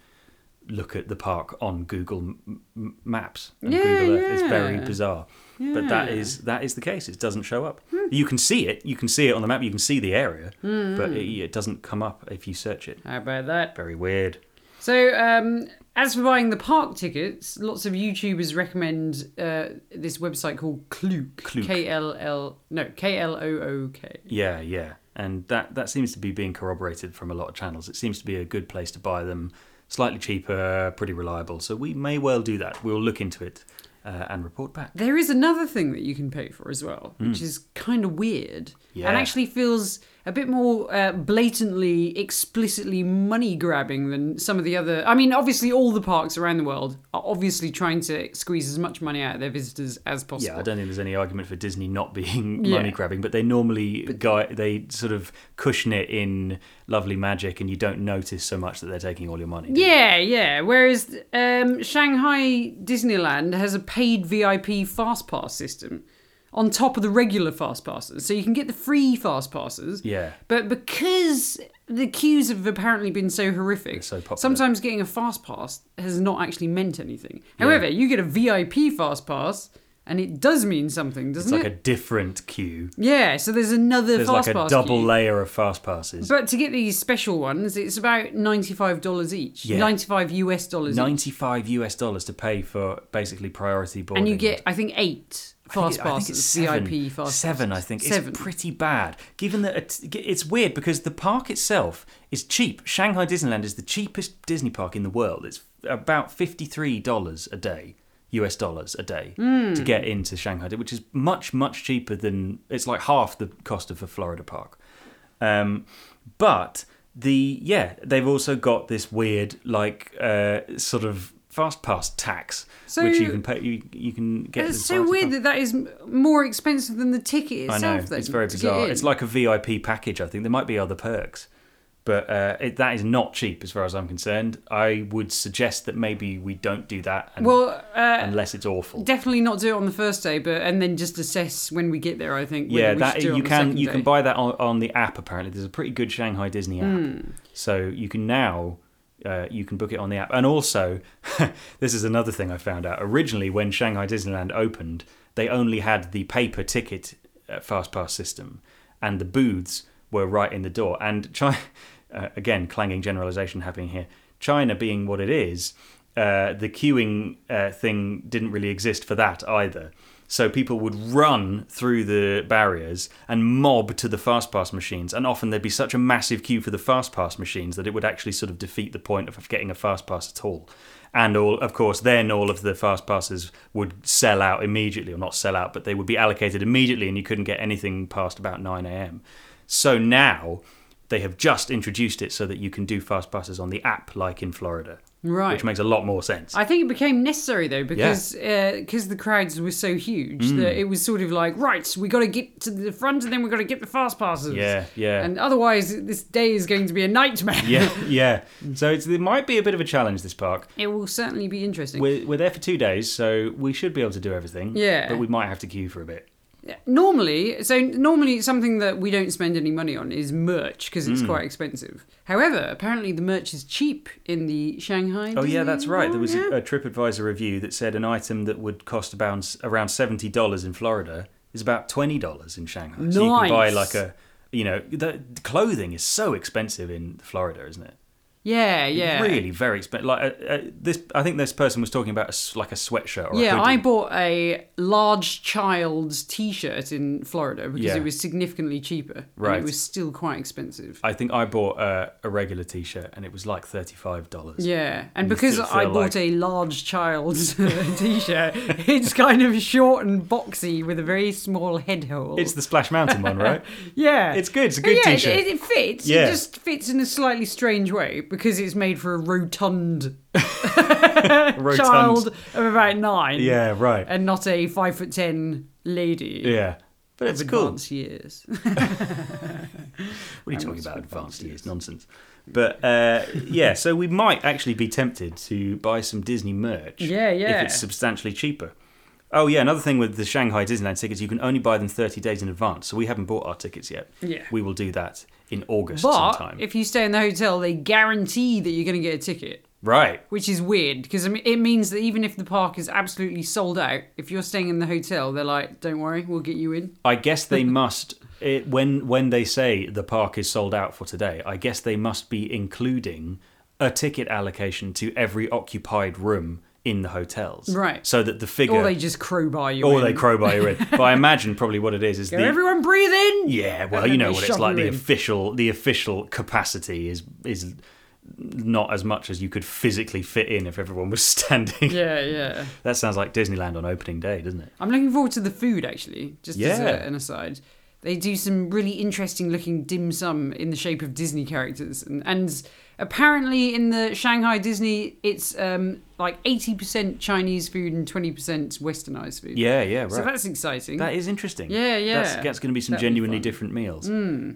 Speaker 2: look at the park on Google m- m- Maps and
Speaker 1: Yeah,
Speaker 2: Google Earth. It's very
Speaker 1: yeah.
Speaker 2: bizarre. But that is that is the case. It doesn't show up.
Speaker 1: Hmm.
Speaker 2: You can see it. You can see it on the map. You can see the area, but it, it doesn't come up if you search it.
Speaker 1: How about that?
Speaker 2: Very weird.
Speaker 1: So, um, as for buying the park tickets, lots of YouTubers recommend uh, this website called Klook.
Speaker 2: Klook.
Speaker 1: K L L no K L O O K.
Speaker 2: Yeah, yeah, and that that seems to be being corroborated from a lot of channels. It seems to be a good place to buy them, slightly cheaper, pretty reliable. So we may well do that. We'll look into it uh, and report back.
Speaker 1: There is another thing that you can pay for as well, which is kind of weird
Speaker 2: Hmm. Yeah.
Speaker 1: and actually feels a bit more uh, blatantly, explicitly money grabbing than some of the other. I mean, obviously, all the parks around the world are obviously trying to squeeze as much money out of their visitors as possible.
Speaker 2: Yeah, I don't think there's any argument for Disney not being
Speaker 1: Yeah.
Speaker 2: money grabbing, but they normally gui they sort of cushion it in lovely magic, and you don't notice so much that they're taking all your money. do you?
Speaker 1: Yeah, yeah. Whereas um, Shanghai Disneyland has a paid VIP fast pass system on top of the regular fast passes, so you can get the free fast passes.
Speaker 2: Yeah.
Speaker 1: But because the queues have apparently been so horrific,
Speaker 2: so popular.
Speaker 1: sometimes getting a fast pass has not actually meant anything. However, you get a VIP fast pass, and it does mean something,
Speaker 2: It's
Speaker 1: doesn't
Speaker 2: like
Speaker 1: it?
Speaker 2: a different queue.
Speaker 1: Yeah. So there's another
Speaker 2: There's
Speaker 1: fast
Speaker 2: like a
Speaker 1: pass
Speaker 2: double
Speaker 1: queue.
Speaker 2: layer of fast passes.
Speaker 1: But to get these special ones, it's about ninety-five dollars each.
Speaker 2: Yeah.
Speaker 1: Ninety-five US dollars. each.
Speaker 2: 95 US dollars to pay for basically priority boarding.
Speaker 1: and you get I think eight fast
Speaker 2: I think it- I think
Speaker 1: passes,
Speaker 2: it's seven.
Speaker 1: VIP fast
Speaker 2: Seven,
Speaker 1: passes.
Speaker 2: I think.
Speaker 1: seven.
Speaker 2: It's pretty bad. Given that it- it's weird because the park itself is cheap. Shanghai Disneyland is the cheapest Disney park in the world. It's about fifty-three dollars a day, US dollars a day,
Speaker 1: Hmm.
Speaker 2: to get into Shanghai, which is much much cheaper than it's like half the cost of a Florida park. Um, but the yeah, they've also got this weird like uh, sort of fast pass tax,
Speaker 1: So-
Speaker 2: which you can pay. You, you can get.
Speaker 1: It's
Speaker 2: as
Speaker 1: so
Speaker 2: priority
Speaker 1: weird
Speaker 2: pass.
Speaker 1: that that is m- more expensive than the ticket
Speaker 2: I
Speaker 1: itself.
Speaker 2: know
Speaker 1: Then,
Speaker 2: it's very
Speaker 1: to get
Speaker 2: bizarre.
Speaker 1: in.
Speaker 2: It's like a VIP package. I think there might be other perks, but uh, it, that is not cheap as far as I'm concerned. I would suggest that maybe we don't do that and,
Speaker 1: well, uh,
Speaker 2: unless it's awful.
Speaker 1: definitely not do it on the first day, but and then just assess when we get there. I think. whether
Speaker 2: Yeah,
Speaker 1: we
Speaker 2: that
Speaker 1: should do it
Speaker 2: you
Speaker 1: on the
Speaker 2: can
Speaker 1: second
Speaker 2: you
Speaker 1: day.
Speaker 2: can buy that on, on the app. Apparently, there's a pretty good Shanghai Disney app,
Speaker 1: Hmm.
Speaker 2: so you can now. Uh, you can book it on the app, and also this is another thing I found out. Originally, when Shanghai Disneyland opened, they only had the paper ticket uh, fast pass system, and the booths were right in the door. And China, uh, again, clanging generalization happening here. China being what it is, uh, the queuing uh, thing didn't really exist for that either. So people would run through the barriers and mob to the fast pass machines, and often there'd be such a massive queue for the fast pass machines that it would actually sort of defeat the point of getting a fast pass at all. And all, of course, then all of the fast passes would sell out immediately, or not sell out, but they would be allocated immediately, and you couldn't get anything past about 9 a.m. So now they have just introduced it so that you can do fast passes on the app, like in Florida.
Speaker 1: Right.
Speaker 2: which makes a lot more sense.
Speaker 1: I think it became necessary though because because the crowds were so huge
Speaker 2: Mm.
Speaker 1: that it was sort of like right we got to get to the front and then we got to get the fast passes
Speaker 2: Yeah, yeah.
Speaker 1: and otherwise this day is going to be a nightmare
Speaker 2: yeah, yeah. So it's, it might be a bit of a challenge this park.
Speaker 1: it will certainly be interesting
Speaker 2: We're, we're there for two days, so we should be able to do everything.
Speaker 1: Yeah.
Speaker 2: but we might have to queue for a bit.
Speaker 1: normally so normally something that we don't spend any money on is merch because
Speaker 2: Mm.
Speaker 1: it's quite expensive however apparently the merch is cheap in the Shanghai
Speaker 2: Oh yeah, that's
Speaker 1: Disneyland
Speaker 2: right. There was
Speaker 1: area.
Speaker 2: a, a TripAdvisor review that said an item that would cost about around seventy dollars in Florida is about twenty dollars in Shanghai. So you can buy
Speaker 1: Nice.
Speaker 2: like a, you know, the the clothing is so expensive in Florida, isn't it?
Speaker 1: yeah yeah
Speaker 2: Really, very expensive. Like uh, uh, this, I think this person was talking about a s like a sweatshirt. Or
Speaker 1: Yeah,
Speaker 2: a
Speaker 1: I
Speaker 2: hoodie.
Speaker 1: bought a large child's T-shirt in Florida because
Speaker 2: Yeah.
Speaker 1: it was significantly cheaper.
Speaker 2: Right.
Speaker 1: and it was still quite expensive.
Speaker 2: I think I bought uh, a regular T-shirt and it was like thirty-five dollars.
Speaker 1: Yeah, and
Speaker 2: You
Speaker 1: because
Speaker 2: still
Speaker 1: I
Speaker 2: feel
Speaker 1: bought
Speaker 2: like-
Speaker 1: a large child's T-shirt, it's kind of short and boxy with a very small head hole.
Speaker 2: It's the Splash Mountain one, right?
Speaker 1: yeah,
Speaker 2: It's good. It's a
Speaker 1: But
Speaker 2: good
Speaker 1: yeah, it-
Speaker 2: T-shirt.
Speaker 1: It, it fits.
Speaker 2: Yeah.
Speaker 1: It just fits in a slightly strange way because it's made for a rotund,
Speaker 2: Rotund.
Speaker 1: child Uh, of about nine.
Speaker 2: Yeah, right.
Speaker 1: and not a five foot ten lady.
Speaker 2: yeah, but
Speaker 1: of
Speaker 2: it's cool.
Speaker 1: advanced years.
Speaker 2: What are you talking
Speaker 1: what's
Speaker 2: about?
Speaker 1: with
Speaker 2: Advanced
Speaker 1: fancy
Speaker 2: years, nonsense. But uh, yeah, so we might actually be tempted to buy some Disney merch.
Speaker 1: Yeah,
Speaker 2: If
Speaker 1: yeah.
Speaker 2: it's substantially cheaper. Oh yeah, another thing with the Shanghai Disneyland tickets, you can only buy them thirty days in advance. So we haven't bought our tickets yet.
Speaker 1: Yeah.
Speaker 2: We will do that in August
Speaker 1: But
Speaker 2: sometime.
Speaker 1: if you stay in the hotel, they guarantee that you're going to get a ticket,
Speaker 2: right.
Speaker 1: which is weird because it means that even if the park is absolutely sold out, if you're staying in the hotel, they're like, "Don't worry, we'll get you in."
Speaker 2: I guess they must it, when when they say the park is sold out for today. I guess they must be including a ticket allocation to every occupied room in the hotels,
Speaker 1: Right.
Speaker 2: So that the figure
Speaker 1: Or they just crowbar you.
Speaker 2: Or
Speaker 1: in.
Speaker 2: they crowbar you in. But I imagine probably what it is is
Speaker 1: Go,
Speaker 2: the
Speaker 1: everyone breathe in.
Speaker 2: yeah. Well,
Speaker 1: and then
Speaker 2: you know
Speaker 1: they
Speaker 2: what it's
Speaker 1: shove
Speaker 2: like.
Speaker 1: you
Speaker 2: The
Speaker 1: in.
Speaker 2: official the official capacity is is not as much as you could physically fit in if everyone was standing.
Speaker 1: Yeah, yeah.
Speaker 2: That sounds like Disneyland on opening day, doesn't it?
Speaker 1: I'm looking forward to the food actually. Just as
Speaker 2: Yeah.
Speaker 1: a, an aside, they do some really interesting looking dim sum in the shape of Disney characters, and, and apparently in the Shanghai Disney, it's um, like eighty percent Chinese food and twenty percent Westernized food.
Speaker 2: Yeah, yeah, right.
Speaker 1: So that's exciting.
Speaker 2: That is interesting.
Speaker 1: Yeah, yeah.
Speaker 2: That's, that's going to be some
Speaker 1: That'd be
Speaker 2: genuinely
Speaker 1: fun. Hmm.
Speaker 2: different meals.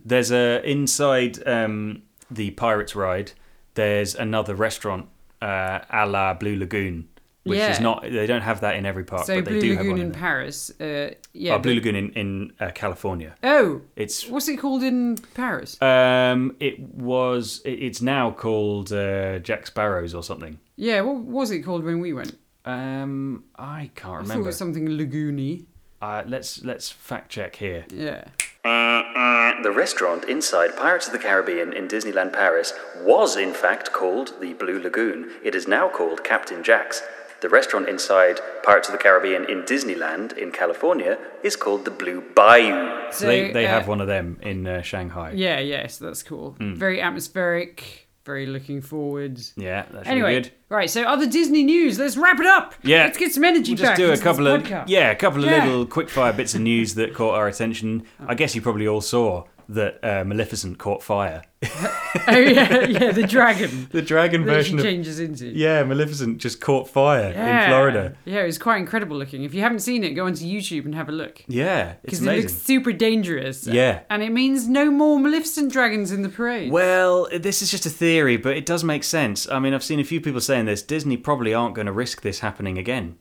Speaker 2: There's a inside um, the Pirates ride. There's another restaurant uh, a la Blue Lagoon, which is
Speaker 1: Yeah.
Speaker 2: not. They don't have that in every park,
Speaker 1: so
Speaker 2: but they
Speaker 1: Blue
Speaker 2: do have
Speaker 1: Lagoon
Speaker 2: one.
Speaker 1: in
Speaker 2: in there.
Speaker 1: Paris. Uh, yeah.
Speaker 2: oh, Blue
Speaker 1: but-
Speaker 2: Lagoon in in uh, California.
Speaker 1: oh,
Speaker 2: It's
Speaker 1: what's it called in Paris?
Speaker 2: um, it was it, it's now called uh, Jack Sparrows or something.
Speaker 1: yeah, what was it called when we went?
Speaker 2: Um, I
Speaker 1: I
Speaker 2: can't
Speaker 1: thought it
Speaker 2: remember.
Speaker 1: was something lagoony.
Speaker 2: Uh, let's let's fact check here.
Speaker 1: Yeah.
Speaker 2: Uh, The restaurant inside Pirates of the Caribbean in Disneyland Paris was, in fact, called the Blue Lagoon. It is now called Captain Jack's. The restaurant inside Pirates of the Caribbean in Disneyland in California is called the Blue Bayou. So,
Speaker 1: So,
Speaker 2: they, they
Speaker 1: uh,
Speaker 2: have one of them in uh, Shanghai.
Speaker 1: Yeah, yeah, so that's cool. Very atmospheric, very looking forward.
Speaker 2: Hmm. Yeah, that's really
Speaker 1: Anyway,
Speaker 2: good.
Speaker 1: right, so other Disney news. Let's wrap it up.
Speaker 2: Yeah,
Speaker 1: Let's get some energy
Speaker 2: We'll just
Speaker 1: back.
Speaker 2: do a
Speaker 1: into this
Speaker 2: couple of
Speaker 1: podcast.
Speaker 2: yeah, a couple of
Speaker 1: Yeah. Oh.
Speaker 2: little quickfire bits of news that caught our attention. I guess you probably all saw that uh, Maleficent caught fire.
Speaker 1: Oh, yeah, yeah, the dragon
Speaker 2: the dragon
Speaker 1: that she
Speaker 2: version of
Speaker 1: changes into.
Speaker 2: yeah, Maleficent just caught fire
Speaker 1: Yeah.
Speaker 2: in Florida.
Speaker 1: Yeah, it was quite incredible looking. If you haven't seen it, go onto YouTube and have a look.
Speaker 2: Yeah, it's
Speaker 1: Because it looks
Speaker 2: amazing.
Speaker 1: super dangerous.
Speaker 2: Yeah.
Speaker 1: And it means no more Maleficent dragons in the parade.
Speaker 2: Well, this is just a theory, but it does make sense. I mean, I've seen a few people saying this. Disney probably aren't going to risk this happening again.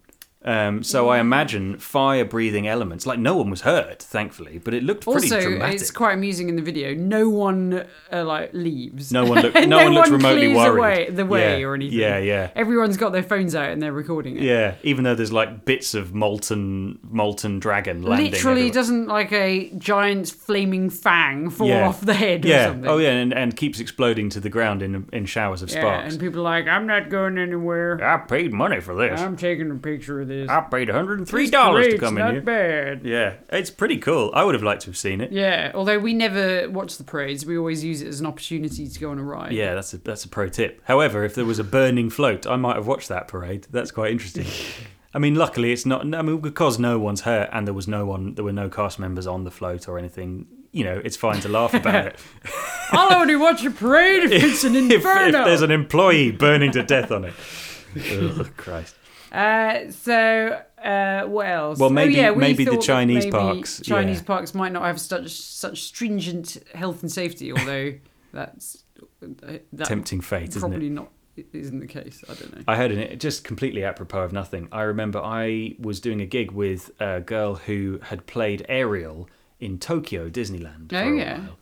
Speaker 2: Um, so I imagine fire-breathing elements. Like no one was hurt, thankfully, but it looked pretty
Speaker 1: also,
Speaker 2: dramatic.
Speaker 1: it's quite amusing in the video. No one uh, like leaves.
Speaker 2: No one looked. No,
Speaker 1: And
Speaker 2: one looked remotely
Speaker 1: clears
Speaker 2: worried.
Speaker 1: Away, the way
Speaker 2: Yeah,
Speaker 1: or anything.
Speaker 2: Yeah, yeah,
Speaker 1: Everyone's got their phones out and they're recording it.
Speaker 2: yeah. Even though there's like bits of molten, molten dragon landing.
Speaker 1: Literally,
Speaker 2: everywhere.
Speaker 1: doesn't like a giant flaming fang fall
Speaker 2: Yeah.
Speaker 1: off the head or
Speaker 2: Yeah.
Speaker 1: something.
Speaker 2: Oh yeah, and, and keeps exploding to the ground in in showers of
Speaker 1: Yeah,
Speaker 2: sparks.
Speaker 1: and people are like, I'm not going anywhere.
Speaker 2: I paid money for this.
Speaker 1: I'm taking a picture of this.
Speaker 2: I paid 103
Speaker 1: This
Speaker 2: Ah, dollars to
Speaker 1: parade's
Speaker 2: come in
Speaker 1: not
Speaker 2: here.
Speaker 1: bad.
Speaker 2: Yeah, it's pretty cool. I would have liked to have seen it. Yeah,
Speaker 1: Yeah, although we never watch the parades, we always use it as an opportunity to go on a ride.
Speaker 2: that's a that's a pro tip. However, if there was a burning float, I might have watched that parade. That's quite interesting. I mean, luckily it's not. I mean, because no one's hurt and there was no one, there were no cast members on the float or anything. You know, it's fine to laugh about it.
Speaker 1: I'll only watch a parade if it's an
Speaker 2: if, if
Speaker 1: inferno.
Speaker 2: there's an employee burning to death on it. Ugh, Christ.
Speaker 1: Uh, so uh, what else?
Speaker 2: Well,
Speaker 1: Oh,
Speaker 2: maybe-
Speaker 1: yeah, we
Speaker 2: maybe the
Speaker 1: thought that
Speaker 2: Chinese
Speaker 1: maybe
Speaker 2: parks,
Speaker 1: Chinese
Speaker 2: yeah.
Speaker 1: parks might not have such such stringent health and safety, although that's that
Speaker 2: Tempting fate, isn't it?
Speaker 1: probably not isn't the case. I don't know.
Speaker 2: I heard it just completely apropos of nothing. I remember I was doing a gig with a girl who had played Ariel in Tokyo Disneyland for
Speaker 1: Oh,
Speaker 2: a
Speaker 1: yeah.
Speaker 2: while.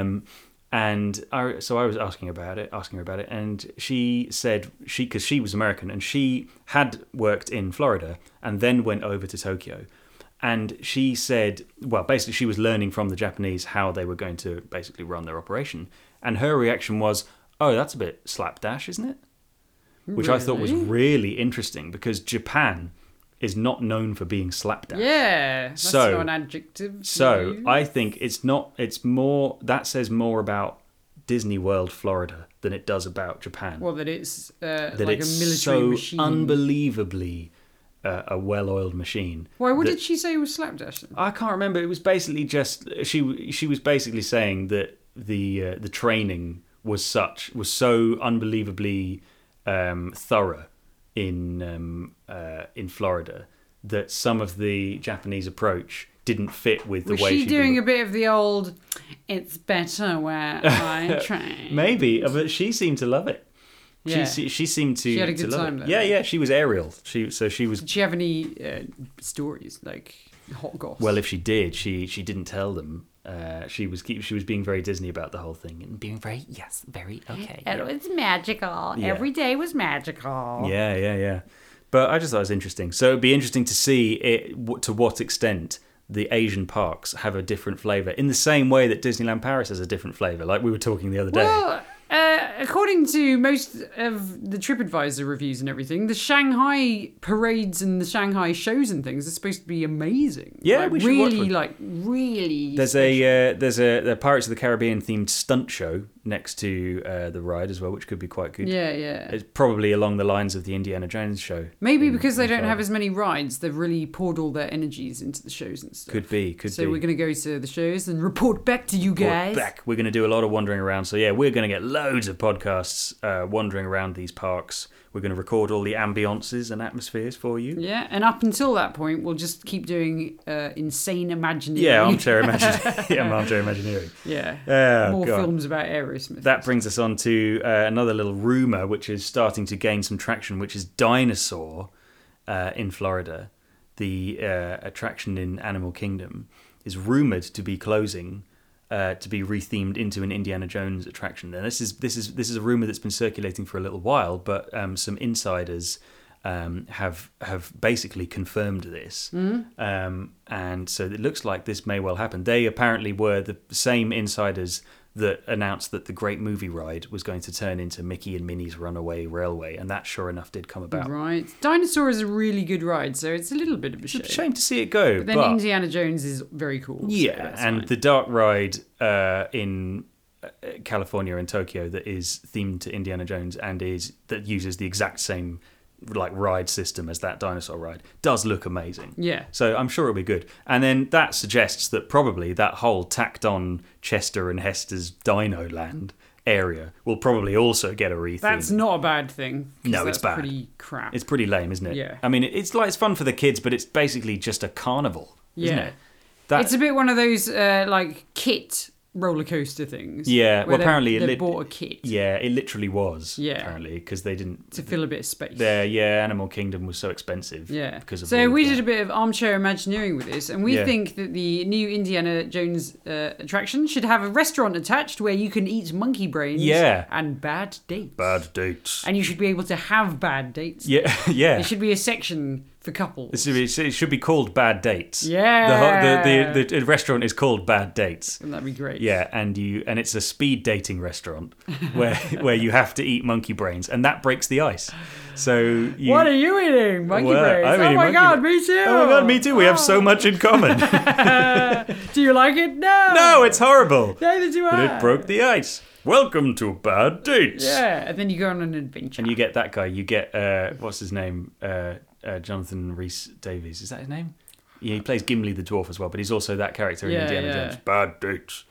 Speaker 2: Um, and I, so I was asking about it, asking her about it, and she said she because she was American and she had worked in Florida and then went over to Tokyo, and she said, well, basically she was learning from the Japanese how they were going to basically run their operation, and her reaction was, oh, that's a bit slapdash, isn't it? which I thought was
Speaker 1: Really?
Speaker 2: really interesting because Japan is not known for being slapdash.
Speaker 1: Yeah, that's
Speaker 2: So-
Speaker 1: not an adjective. to
Speaker 2: So
Speaker 1: use.
Speaker 2: I think it's not. It's more that says more about Disney World, Florida, than it does about Japan.
Speaker 1: well, that it's uh,
Speaker 2: that
Speaker 1: like a
Speaker 2: it's
Speaker 1: military
Speaker 2: so
Speaker 1: machine.
Speaker 2: unbelievably uh, a well-oiled machine.
Speaker 1: Why? What
Speaker 2: that-
Speaker 1: did she say was slapdash? Then?
Speaker 2: I can't remember. It was basically just she. She was basically saying that the uh, the training was such was so unbelievably um, thorough in um, uh, in Florida that some of the Japanese approach didn't fit with the
Speaker 1: Was
Speaker 2: way
Speaker 1: she doing a
Speaker 2: did
Speaker 1: bit of the old? It's better where I train.
Speaker 2: Maybe, uh, but she seemed to love it.
Speaker 1: Yeah.
Speaker 2: She, se- she seemed to.
Speaker 1: She had a
Speaker 2: to
Speaker 1: good
Speaker 2: love
Speaker 1: time
Speaker 2: it.
Speaker 1: there.
Speaker 2: Yeah, yeah. She was aerial. She so she was
Speaker 1: Did she have any uh, stories like hot goss?
Speaker 2: Well, if she did, she she didn't tell them. Uh, she was keep, she was being very Disney about the whole thing and being very yes, very okay.
Speaker 3: It was magical.
Speaker 2: Yeah.
Speaker 3: Every day was magical.
Speaker 2: Yeah, yeah, yeah. But I just thought it was interesting. So it'd be interesting to see it wh- to what extent the Asian parks have a different flavor, in the same way that Disneyland Paris has a different flavor. Like we were talking the other day.
Speaker 1: Well, uh, according to most of the TripAdvisor reviews and everything, the Shanghai parades and the Shanghai shows and things are supposed to be amazing.
Speaker 2: Yeah,
Speaker 1: Like,
Speaker 2: we should
Speaker 1: really
Speaker 2: watch one.
Speaker 1: like really.
Speaker 2: There's a uh, there's a the Pirates of the Caribbean themed stunt show next to uh, the ride as well, which could be quite good.
Speaker 1: yeah, yeah.
Speaker 2: It's probably along the lines of the Indiana Jones show.
Speaker 1: Maybe because they don't have as many rides, they've really poured all their energies into the shows and stuff.
Speaker 2: Could be, could
Speaker 1: so
Speaker 2: be.
Speaker 1: we're gonna go to the shows and report back to you
Speaker 2: report
Speaker 1: guys.
Speaker 2: back. We're going to do a lot of wandering around. So yeah, we're going to get loads of podcasts uh, wandering around these parks. We're going to record all the ambiances and atmospheres for you.
Speaker 1: Yeah, and up until that point, we'll just keep doing uh, insane imagineering.
Speaker 2: Yeah, armchair imagineering. yeah, I'm armchair imagineering.
Speaker 1: yeah.
Speaker 2: Oh,
Speaker 1: More
Speaker 2: God.
Speaker 1: films about Aerosmith.
Speaker 2: That brings us on to uh, another little rumor, which is starting to gain some traction, which is dinosaur uh, in Florida. The uh, attraction in Animal Kingdom is rumored to be closing, uh, to be rethemed into an Indiana Jones attraction. And this is this is this is a rumor that's been circulating for a little while, but um, some insiders. Um, have have basically confirmed this,
Speaker 1: Hmm?
Speaker 2: um, and so it looks like this may well happen. They apparently were the same insiders that announced that the Great Movie Ride was going to turn into Mickey and Minnie's Runaway Railway, and that sure enough did come about.
Speaker 1: Right. Dinosaur is a really good ride, so it's a little bit of a shame.
Speaker 2: It's a shame to see it go.
Speaker 1: But then
Speaker 2: but-
Speaker 1: Indiana Jones is very cool. so
Speaker 2: yeah,
Speaker 1: that's
Speaker 2: and
Speaker 1: fine.
Speaker 2: the dark ride uh, in uh, California and Tokyo that is themed to Indiana Jones and is that uses the exact same like ride system as that dinosaur ride does look amazing.
Speaker 1: Yeah.
Speaker 2: So I'm sure it'll be good. And then that suggests that probably that whole tacked on Chester and Hester's Dino Land area will probably also get a retheme.
Speaker 1: that's not a bad thing. 'cause
Speaker 2: No, it's
Speaker 1: that's
Speaker 2: bad.
Speaker 1: Pretty crap.
Speaker 2: It's pretty lame, isn't it?
Speaker 1: Yeah.
Speaker 2: I mean, it's like it's fun for the kids, but it's basically just a carnival, isn't
Speaker 1: Yeah.
Speaker 2: it? That,
Speaker 1: It's a bit one of those uh, like kit roller coaster things.
Speaker 2: Yeah,
Speaker 1: where
Speaker 2: well,
Speaker 1: they-
Speaker 2: apparently it
Speaker 1: they
Speaker 2: lit-
Speaker 1: bought a kit
Speaker 2: Yeah, it literally was.
Speaker 1: Yeah.
Speaker 2: apparently because they didn't.
Speaker 1: to fill a bit of space.
Speaker 2: Their yeah, Animal Kingdom was so expensive.
Speaker 1: Yeah.
Speaker 2: because of
Speaker 1: so
Speaker 2: all
Speaker 1: we
Speaker 2: of
Speaker 1: did
Speaker 2: that.
Speaker 1: a bit of armchair imagineering with this, and we
Speaker 2: Yeah.
Speaker 1: think that the new Indiana Jones uh, attraction should have a restaurant attached where you can eat monkey brains.
Speaker 2: Yeah.
Speaker 1: And bad dates.
Speaker 2: bad dates.
Speaker 1: And you should be able to have bad dates.
Speaker 2: Yeah, yeah.
Speaker 1: There should be a section for couples.
Speaker 2: It should, be, it should be called Bad Dates.
Speaker 1: Yeah.
Speaker 2: the, ho- the, the the restaurant is called Bad Dates.
Speaker 1: Wouldn't that be great?
Speaker 2: Yeah, and you and it's a speed dating restaurant where where you have to eat monkey brains, and that breaks the ice. So you,
Speaker 1: What are you eating? Monkey
Speaker 2: Well,
Speaker 1: brains.
Speaker 2: I'm
Speaker 1: oh
Speaker 2: eating
Speaker 1: my
Speaker 2: monkey
Speaker 1: god,
Speaker 2: bra-
Speaker 1: me too.
Speaker 2: Oh my god, me too. We have so much in common.
Speaker 1: Do you like it? No.
Speaker 2: no, it's horrible.
Speaker 1: Neither do I.
Speaker 2: But it broke the ice. Welcome to Bad Dates.
Speaker 1: Yeah, and then you go on an adventure.
Speaker 2: And you get that guy. You get uh, what's his name? Uh, uh, Jonathan Rhys Davies. Is that his name? Yeah, he plays Gimli the dwarf as well, but he's also that character in
Speaker 1: Yeah,
Speaker 2: Indiana
Speaker 1: yeah.
Speaker 2: Jones. Bad dates.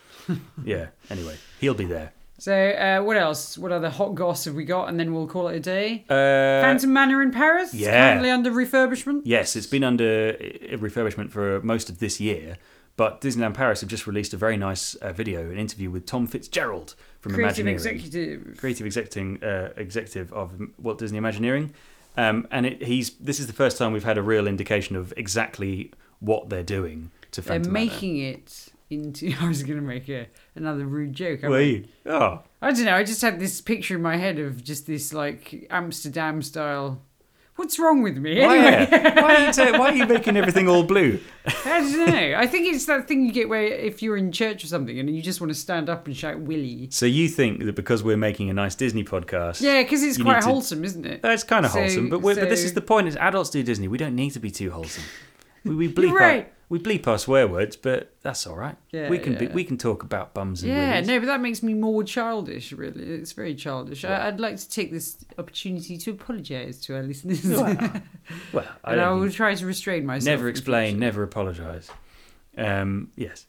Speaker 2: yeah. Anyway, he'll be there.
Speaker 1: So, uh, what else? What other hot goss have we got? And then we'll call it a day.
Speaker 2: Uh,
Speaker 1: Phantom Manor in Paris.
Speaker 2: yeah.
Speaker 1: Currently under refurbishment.
Speaker 2: Yes, it's been under uh, refurbishment for most of this year, but Disneyland Paris have just released a very nice uh, video, an interview with Tom Fitzgerald from
Speaker 1: Creative
Speaker 2: Imagineering,
Speaker 1: executive.
Speaker 2: creative executing, uh, executive of Walt Disney Imagineering, um, and it, he's this is the first time we've had a real indication of exactly what they're doing to
Speaker 1: They're
Speaker 2: Phantom Manor.
Speaker 1: making it into. I was going to make a, another rude joke. I
Speaker 2: Were you? Oh,
Speaker 1: I don't know. I just had this picture in my head of just this like Amsterdam style. What's wrong with me?
Speaker 2: why,
Speaker 1: Anyway,
Speaker 2: why, are you ta- why are you making everything all blue?
Speaker 1: I don't know. I think it's that thing you get where if you're in church or something and you just want to stand up and shout Willie.
Speaker 2: So you think that because we're making a nice Disney podcast,
Speaker 1: Yeah, because it's
Speaker 2: You need
Speaker 1: quite
Speaker 2: to-
Speaker 1: wholesome, isn't it?
Speaker 2: That's kind of
Speaker 1: So-
Speaker 2: Uh, wholesome, but, we're, but this
Speaker 1: so-
Speaker 2: is the point: is adults do Disney. We don't need to be too wholesome. We, we bleep
Speaker 1: You're right.
Speaker 2: our, we bleep our swear words, but that's all right.
Speaker 1: Yeah,
Speaker 2: we can be,
Speaker 1: yeah.
Speaker 2: we can talk about bums and
Speaker 1: Yeah,
Speaker 2: willies.
Speaker 1: no, but that makes me more childish. Really, it's very childish. I, I'd like to take this opportunity to apologise to our listeners,
Speaker 2: Well, I
Speaker 1: and I
Speaker 2: don't
Speaker 1: will
Speaker 2: think-
Speaker 1: try to restrain myself.
Speaker 2: never
Speaker 1: in
Speaker 2: explain, never apologise. Um, yes.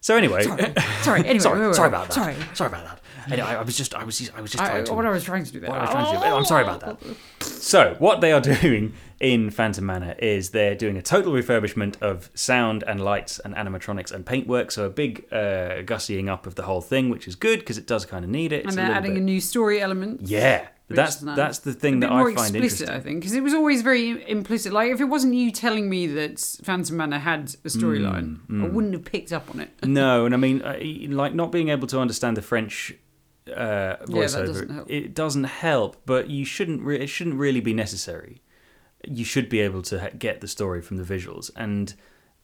Speaker 2: so anyway,
Speaker 1: future. Sorry, anyway,
Speaker 2: sorry,
Speaker 1: wait, wait,
Speaker 2: sorry
Speaker 1: wait.
Speaker 2: about that.
Speaker 1: Sorry,
Speaker 2: sorry about that. Anyway, I, I was just, I was, just- I was just
Speaker 1: I,
Speaker 2: trying to.
Speaker 1: what I was trying to do there.
Speaker 2: What I was trying to do. Oh, I'm sorry about
Speaker 1: Oh.
Speaker 2: that. So, what they are doing in Phantom Manor is they're doing a total refurbishment of sound and lights and animatronics and paintwork. So, a big uh, gussying up of the whole thing, which is good because it does kind of need it. It's
Speaker 1: and
Speaker 2: a
Speaker 1: they're
Speaker 2: little
Speaker 1: adding
Speaker 2: bit-
Speaker 1: a new story element.
Speaker 2: yeah,
Speaker 1: which
Speaker 2: that's
Speaker 1: is nice.
Speaker 2: that's the
Speaker 1: A
Speaker 2: thing
Speaker 1: bit
Speaker 2: that
Speaker 1: more
Speaker 2: I find
Speaker 1: explicit,
Speaker 2: interesting.
Speaker 1: I think, because it was always very implicit. Like if it wasn't you telling me that Phantom Manor had a storyline,
Speaker 2: Mm,
Speaker 1: I wouldn't have picked up on it.
Speaker 2: no, and I mean, uh, like not being able to understand the French uh, voiceover,
Speaker 1: doesn't help.
Speaker 2: it doesn't help. But you shouldn't. Re- it shouldn't really be necessary. You should be able to ha- get the story from the visuals. And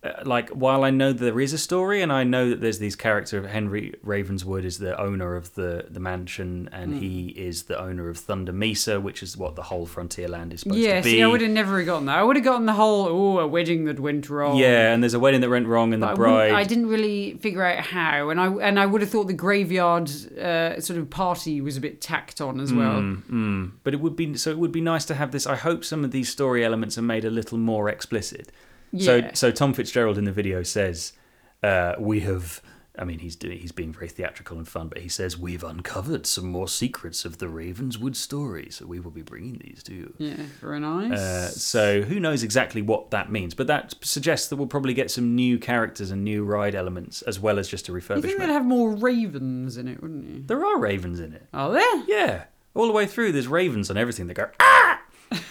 Speaker 2: uh, like, while I know there is a story, and I know that there's these character of Henry Ravenswood is the owner of the the mansion,
Speaker 1: Hmm.
Speaker 2: and he is the owner of Thunder Mesa, which is what the whole frontier land is supposed
Speaker 1: Yeah,
Speaker 2: to be.
Speaker 1: see, I would have never gotten that. I would have gotten the whole oh a wedding that went wrong.
Speaker 2: yeah, and there's a wedding that went wrong, and
Speaker 1: But I
Speaker 2: the
Speaker 1: wouldn't-
Speaker 2: bride.
Speaker 1: I, didn't really figure out how, and I and I would have thought the graveyard uh, sort of party was a bit tacked on as well.
Speaker 2: Mm, but it would be so. It would be nice to have this. I hope some of these story elements are made a little more explicit. So,
Speaker 1: Yeah.
Speaker 2: so Tom Fitzgerald in the video says, uh, "We have." I mean, he's doing, he's being very theatrical and fun, but he says we've uncovered some more secrets of the Ravenswood story, so we will be bringing these to you.
Speaker 1: Yeah, very nice.
Speaker 2: Uh, so who knows exactly what that means? But that suggests that we'll probably get some new characters and new ride elements, as well as just a
Speaker 1: you think
Speaker 2: refurbishment.
Speaker 1: they'd have more ravens in it, wouldn't you? Oh,
Speaker 2: there are ravens in it.
Speaker 1: Are there?
Speaker 2: Yeah. All the way through, there's ravens on everything that go, ah!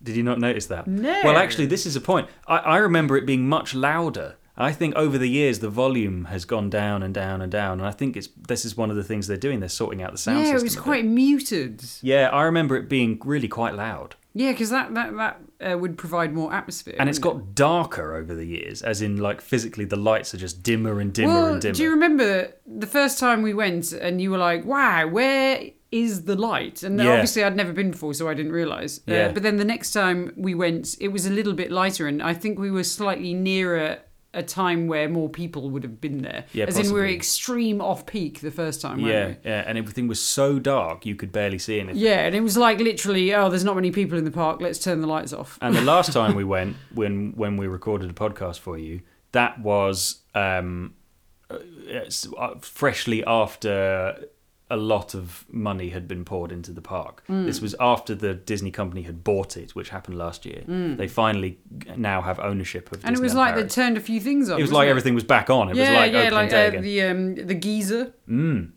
Speaker 2: Did you not notice that?
Speaker 1: No.
Speaker 2: Well, actually, this is a point. I, I remember it being much louder. I think over the years, the volume has gone down and down and down. And I think it's this is one of the things they're doing. They're sorting out the sound
Speaker 1: yeah,
Speaker 2: system.
Speaker 1: it was
Speaker 2: a bit.
Speaker 1: quite muted.
Speaker 2: Yeah, I remember it being really quite loud.
Speaker 1: Yeah, because that that that uh, would provide more atmosphere.
Speaker 2: And it's
Speaker 1: wouldn't
Speaker 2: got darker over the years, as in, like, physically, the lights are just dimmer and
Speaker 1: it?
Speaker 2: dimmer
Speaker 1: Well,
Speaker 2: and dimmer.
Speaker 1: do you remember the first time we went and you were like, "Wow, where is the light?" And
Speaker 2: Yeah.
Speaker 1: obviously, I'd never been before, so I didn't realize. Uh,
Speaker 2: Yeah.
Speaker 1: but then the next time we went, it was a little bit lighter, and I think we were slightly nearer a time where more people would have been there.
Speaker 2: Yeah,
Speaker 1: as in we were
Speaker 2: possibly.
Speaker 1: extreme off peak the first time. weren't
Speaker 2: yeah,
Speaker 1: we?
Speaker 2: yeah. And everything was so dark, you could barely see anything.
Speaker 1: Yeah, and it was like literally, oh, there's not many people in the park. Let's turn the lights off.
Speaker 2: And the last time we went, when when we recorded a podcast for you, that was um, uh, it's, uh, freshly after a lot of money had been poured into the park.
Speaker 1: Mm.
Speaker 2: This was after the Disney company had bought it, which happened last year. They finally now have ownership of.
Speaker 1: Mm. And it was
Speaker 2: Disneyland
Speaker 1: like they
Speaker 2: Paris.
Speaker 1: turned a few things on.
Speaker 2: it was
Speaker 1: wasn't
Speaker 2: like everything was back on. It was
Speaker 1: yeah,
Speaker 2: like
Speaker 1: yeah,
Speaker 2: opening
Speaker 1: like
Speaker 2: day
Speaker 1: uh,
Speaker 2: again.
Speaker 1: the um, the geezer
Speaker 2: Mm,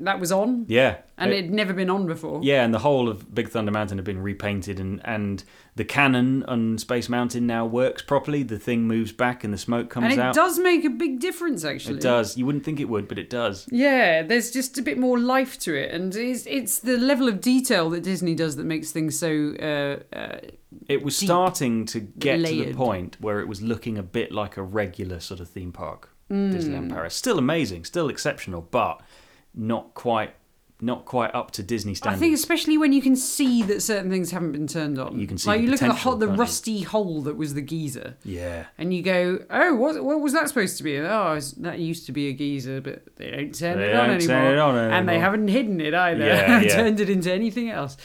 Speaker 1: that was on,
Speaker 2: yeah,
Speaker 1: and
Speaker 2: It-
Speaker 1: it'd never been on before.
Speaker 2: Yeah, and the whole of Big Thunder Mountain had been repainted, and and the cannon on Space Mountain now works properly. The thing moves back, and the smoke comes
Speaker 1: and it
Speaker 2: out.
Speaker 1: does make a big difference, actually.
Speaker 2: It does. You wouldn't think it would, but it does.
Speaker 1: Yeah, there's just a bit more life to it, and it's, it's the level of detail that Disney does that makes things so. Uh, uh,
Speaker 2: It was
Speaker 1: Deep
Speaker 2: starting to get to the
Speaker 1: layered.
Speaker 2: point where it was looking a bit like a regular sort of theme park,
Speaker 1: Mm.
Speaker 2: Disneyland Paris. Still amazing, still exceptional, but not quite, not quite up to Disney
Speaker 1: I
Speaker 2: standards.
Speaker 1: think, especially when you can see that certain things haven't been turned on.
Speaker 2: You can see
Speaker 1: like
Speaker 2: the
Speaker 1: you look at the,
Speaker 2: potential,
Speaker 1: hot, the
Speaker 2: can't you?
Speaker 1: rusty hole that was the geezer.
Speaker 2: yeah,
Speaker 1: And you go, oh, what, what was that supposed to be? And, oh, it's- that used to be a geezer, but they don't turn
Speaker 2: They
Speaker 1: it on
Speaker 2: don't
Speaker 1: anymore.
Speaker 2: turn it on
Speaker 1: And they
Speaker 2: anymore.
Speaker 1: haven't hidden it either.
Speaker 2: Yeah, yeah.
Speaker 1: Turned it into anything else.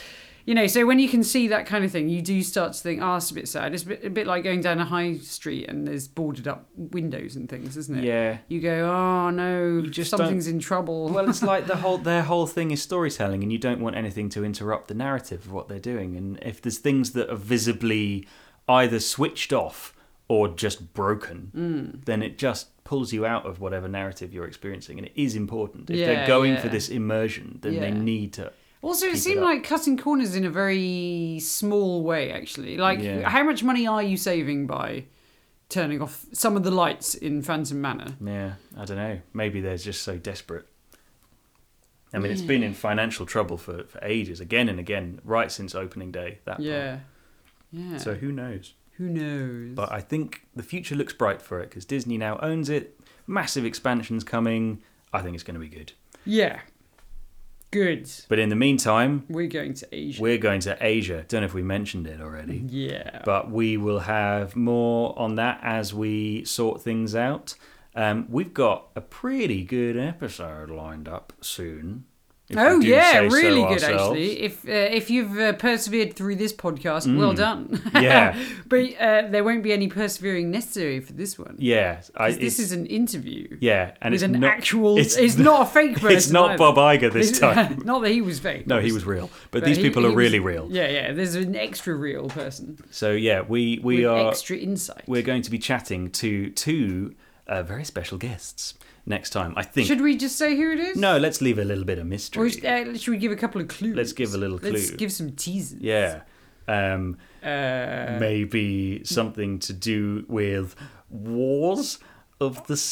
Speaker 1: you know, so when you can see that kind of thing, you do start to think, ah, it's a bit sad. It's a bit, a bit like going down a high street and there's boarded up windows and things, isn't it?
Speaker 2: Yeah.
Speaker 1: You go, oh no,
Speaker 2: just
Speaker 1: something's in trouble.
Speaker 2: Well, it's like the whole their whole thing is storytelling, and you don't want anything to interrupt the narrative of what they're doing. And if there's things that are visibly either switched off or just broken,
Speaker 1: Mm.
Speaker 2: then it just pulls you out of whatever narrative you're experiencing. And it is important if
Speaker 1: Yeah,
Speaker 2: they're going
Speaker 1: yeah.
Speaker 2: for this immersion, then they
Speaker 1: Yeah.
Speaker 2: need to.
Speaker 1: Also, it
Speaker 2: it
Speaker 1: seemed
Speaker 2: up.
Speaker 1: like cutting corners in a very small way, actually. Like,
Speaker 2: Yeah.
Speaker 1: how much money are you saving by turning off some of the lights in Phantom Manor?
Speaker 2: Yeah, I don't know. Maybe they're just so desperate. I mean, it's been in financial trouble for, for ages, again and again, right since opening day. That part.
Speaker 1: Yeah. Yeah.
Speaker 2: So who knows?
Speaker 1: Who knows?
Speaker 2: But I think the future looks bright for it because Disney now owns it. Massive expansions coming. I think it's going to be good.
Speaker 1: yeah. Good.
Speaker 2: But in the meantime,
Speaker 1: We're going to Asia.
Speaker 2: we're going to Asia. Don't know if we mentioned it
Speaker 1: Mm-hmm.
Speaker 2: already,
Speaker 1: yeah.
Speaker 2: but we will have more on that as we sort things out. Um, we've got a pretty good episode lined up soon. if we
Speaker 1: Oh
Speaker 2: do
Speaker 1: yeah,
Speaker 2: say so
Speaker 1: really good
Speaker 2: ourselves.
Speaker 1: actually. If uh, if you've uh, persevered through this podcast, well
Speaker 2: Mm.
Speaker 1: done.
Speaker 2: Yeah.
Speaker 1: but uh, there won't be any persevering necessary for this one.
Speaker 2: Yeah, I,
Speaker 1: 'Cause this
Speaker 2: it's-
Speaker 1: is an interview.
Speaker 2: yeah, and
Speaker 1: With
Speaker 2: it's
Speaker 1: an
Speaker 2: not,
Speaker 1: actual, it's, not a fake person.
Speaker 2: It's not
Speaker 1: either.
Speaker 2: Bob Iger this time.
Speaker 1: not that he was fake.
Speaker 2: No, he
Speaker 1: obviously,
Speaker 2: was real. But,
Speaker 1: but
Speaker 2: these
Speaker 1: he-
Speaker 2: people are
Speaker 1: he was-
Speaker 2: really real.
Speaker 1: Yeah, yeah. There's an extra real person
Speaker 2: So yeah, we we
Speaker 1: with
Speaker 2: are
Speaker 1: extra insight.
Speaker 2: we're going to be chatting to two uh, very special guests next time. I think.
Speaker 1: Should we just say who it is?
Speaker 2: no, let's leave a little bit of
Speaker 1: Or
Speaker 2: mystery.
Speaker 1: is- uh, should we give a couple of clues?
Speaker 2: Let's give a little
Speaker 1: Let's
Speaker 2: clue.
Speaker 1: give some teasers.
Speaker 2: yeah. Um,
Speaker 1: Uh,
Speaker 2: maybe something to do with Wars of the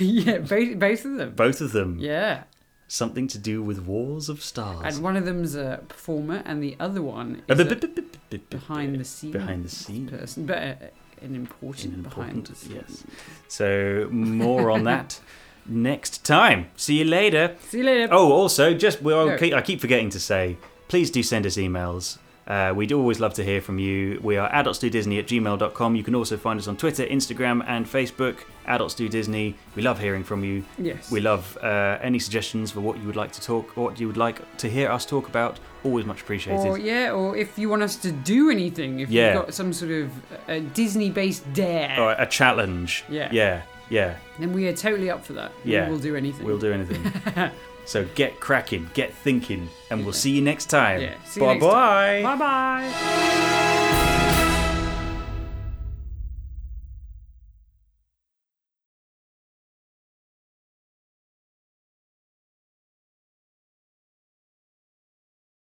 Speaker 1: yeah, both, both of them.
Speaker 2: Both of them.
Speaker 1: Yeah.
Speaker 2: Something to do with Wars of Stars.
Speaker 1: And one of them's a performer, and the other one
Speaker 2: Uh,
Speaker 1: is
Speaker 2: bu-
Speaker 1: a
Speaker 2: bu- bu- bu- bu- bu-
Speaker 1: behind the scenes
Speaker 2: behind the scenes.
Speaker 1: person, but uh, an important,
Speaker 2: An
Speaker 1: behind the
Speaker 2: important,
Speaker 1: scenes.
Speaker 2: yes. So more on that next time. See you later.
Speaker 1: See you later.
Speaker 2: Oh, also, just well,
Speaker 1: No.
Speaker 2: I keep- I keep forgetting to say, please do send us emails. Uh, we'd always love to hear from you. We are adultsdodisney at gmail.com. You can also find us on Twitter, Instagram, and Facebook, Adults Do Disney. We love hearing from you.
Speaker 1: yes.
Speaker 2: We love uh, any suggestions for what you would like to talk or what you would like to hear us talk about. Always much appreciated.
Speaker 1: Or yeah, or if you want us to do anything, if
Speaker 2: Yeah.
Speaker 1: you've got some sort of uh, Disney-based dare,
Speaker 2: Or a challenge.
Speaker 1: Yeah.
Speaker 2: Yeah. Yeah.
Speaker 1: then we are totally up for that.
Speaker 2: Yeah.
Speaker 1: we will do anything.
Speaker 2: We'll do anything. so get cracking, get thinking, and we'll see you next time.
Speaker 1: Yeah, see you
Speaker 2: bye
Speaker 1: next time.
Speaker 2: bye.
Speaker 1: Bye bye.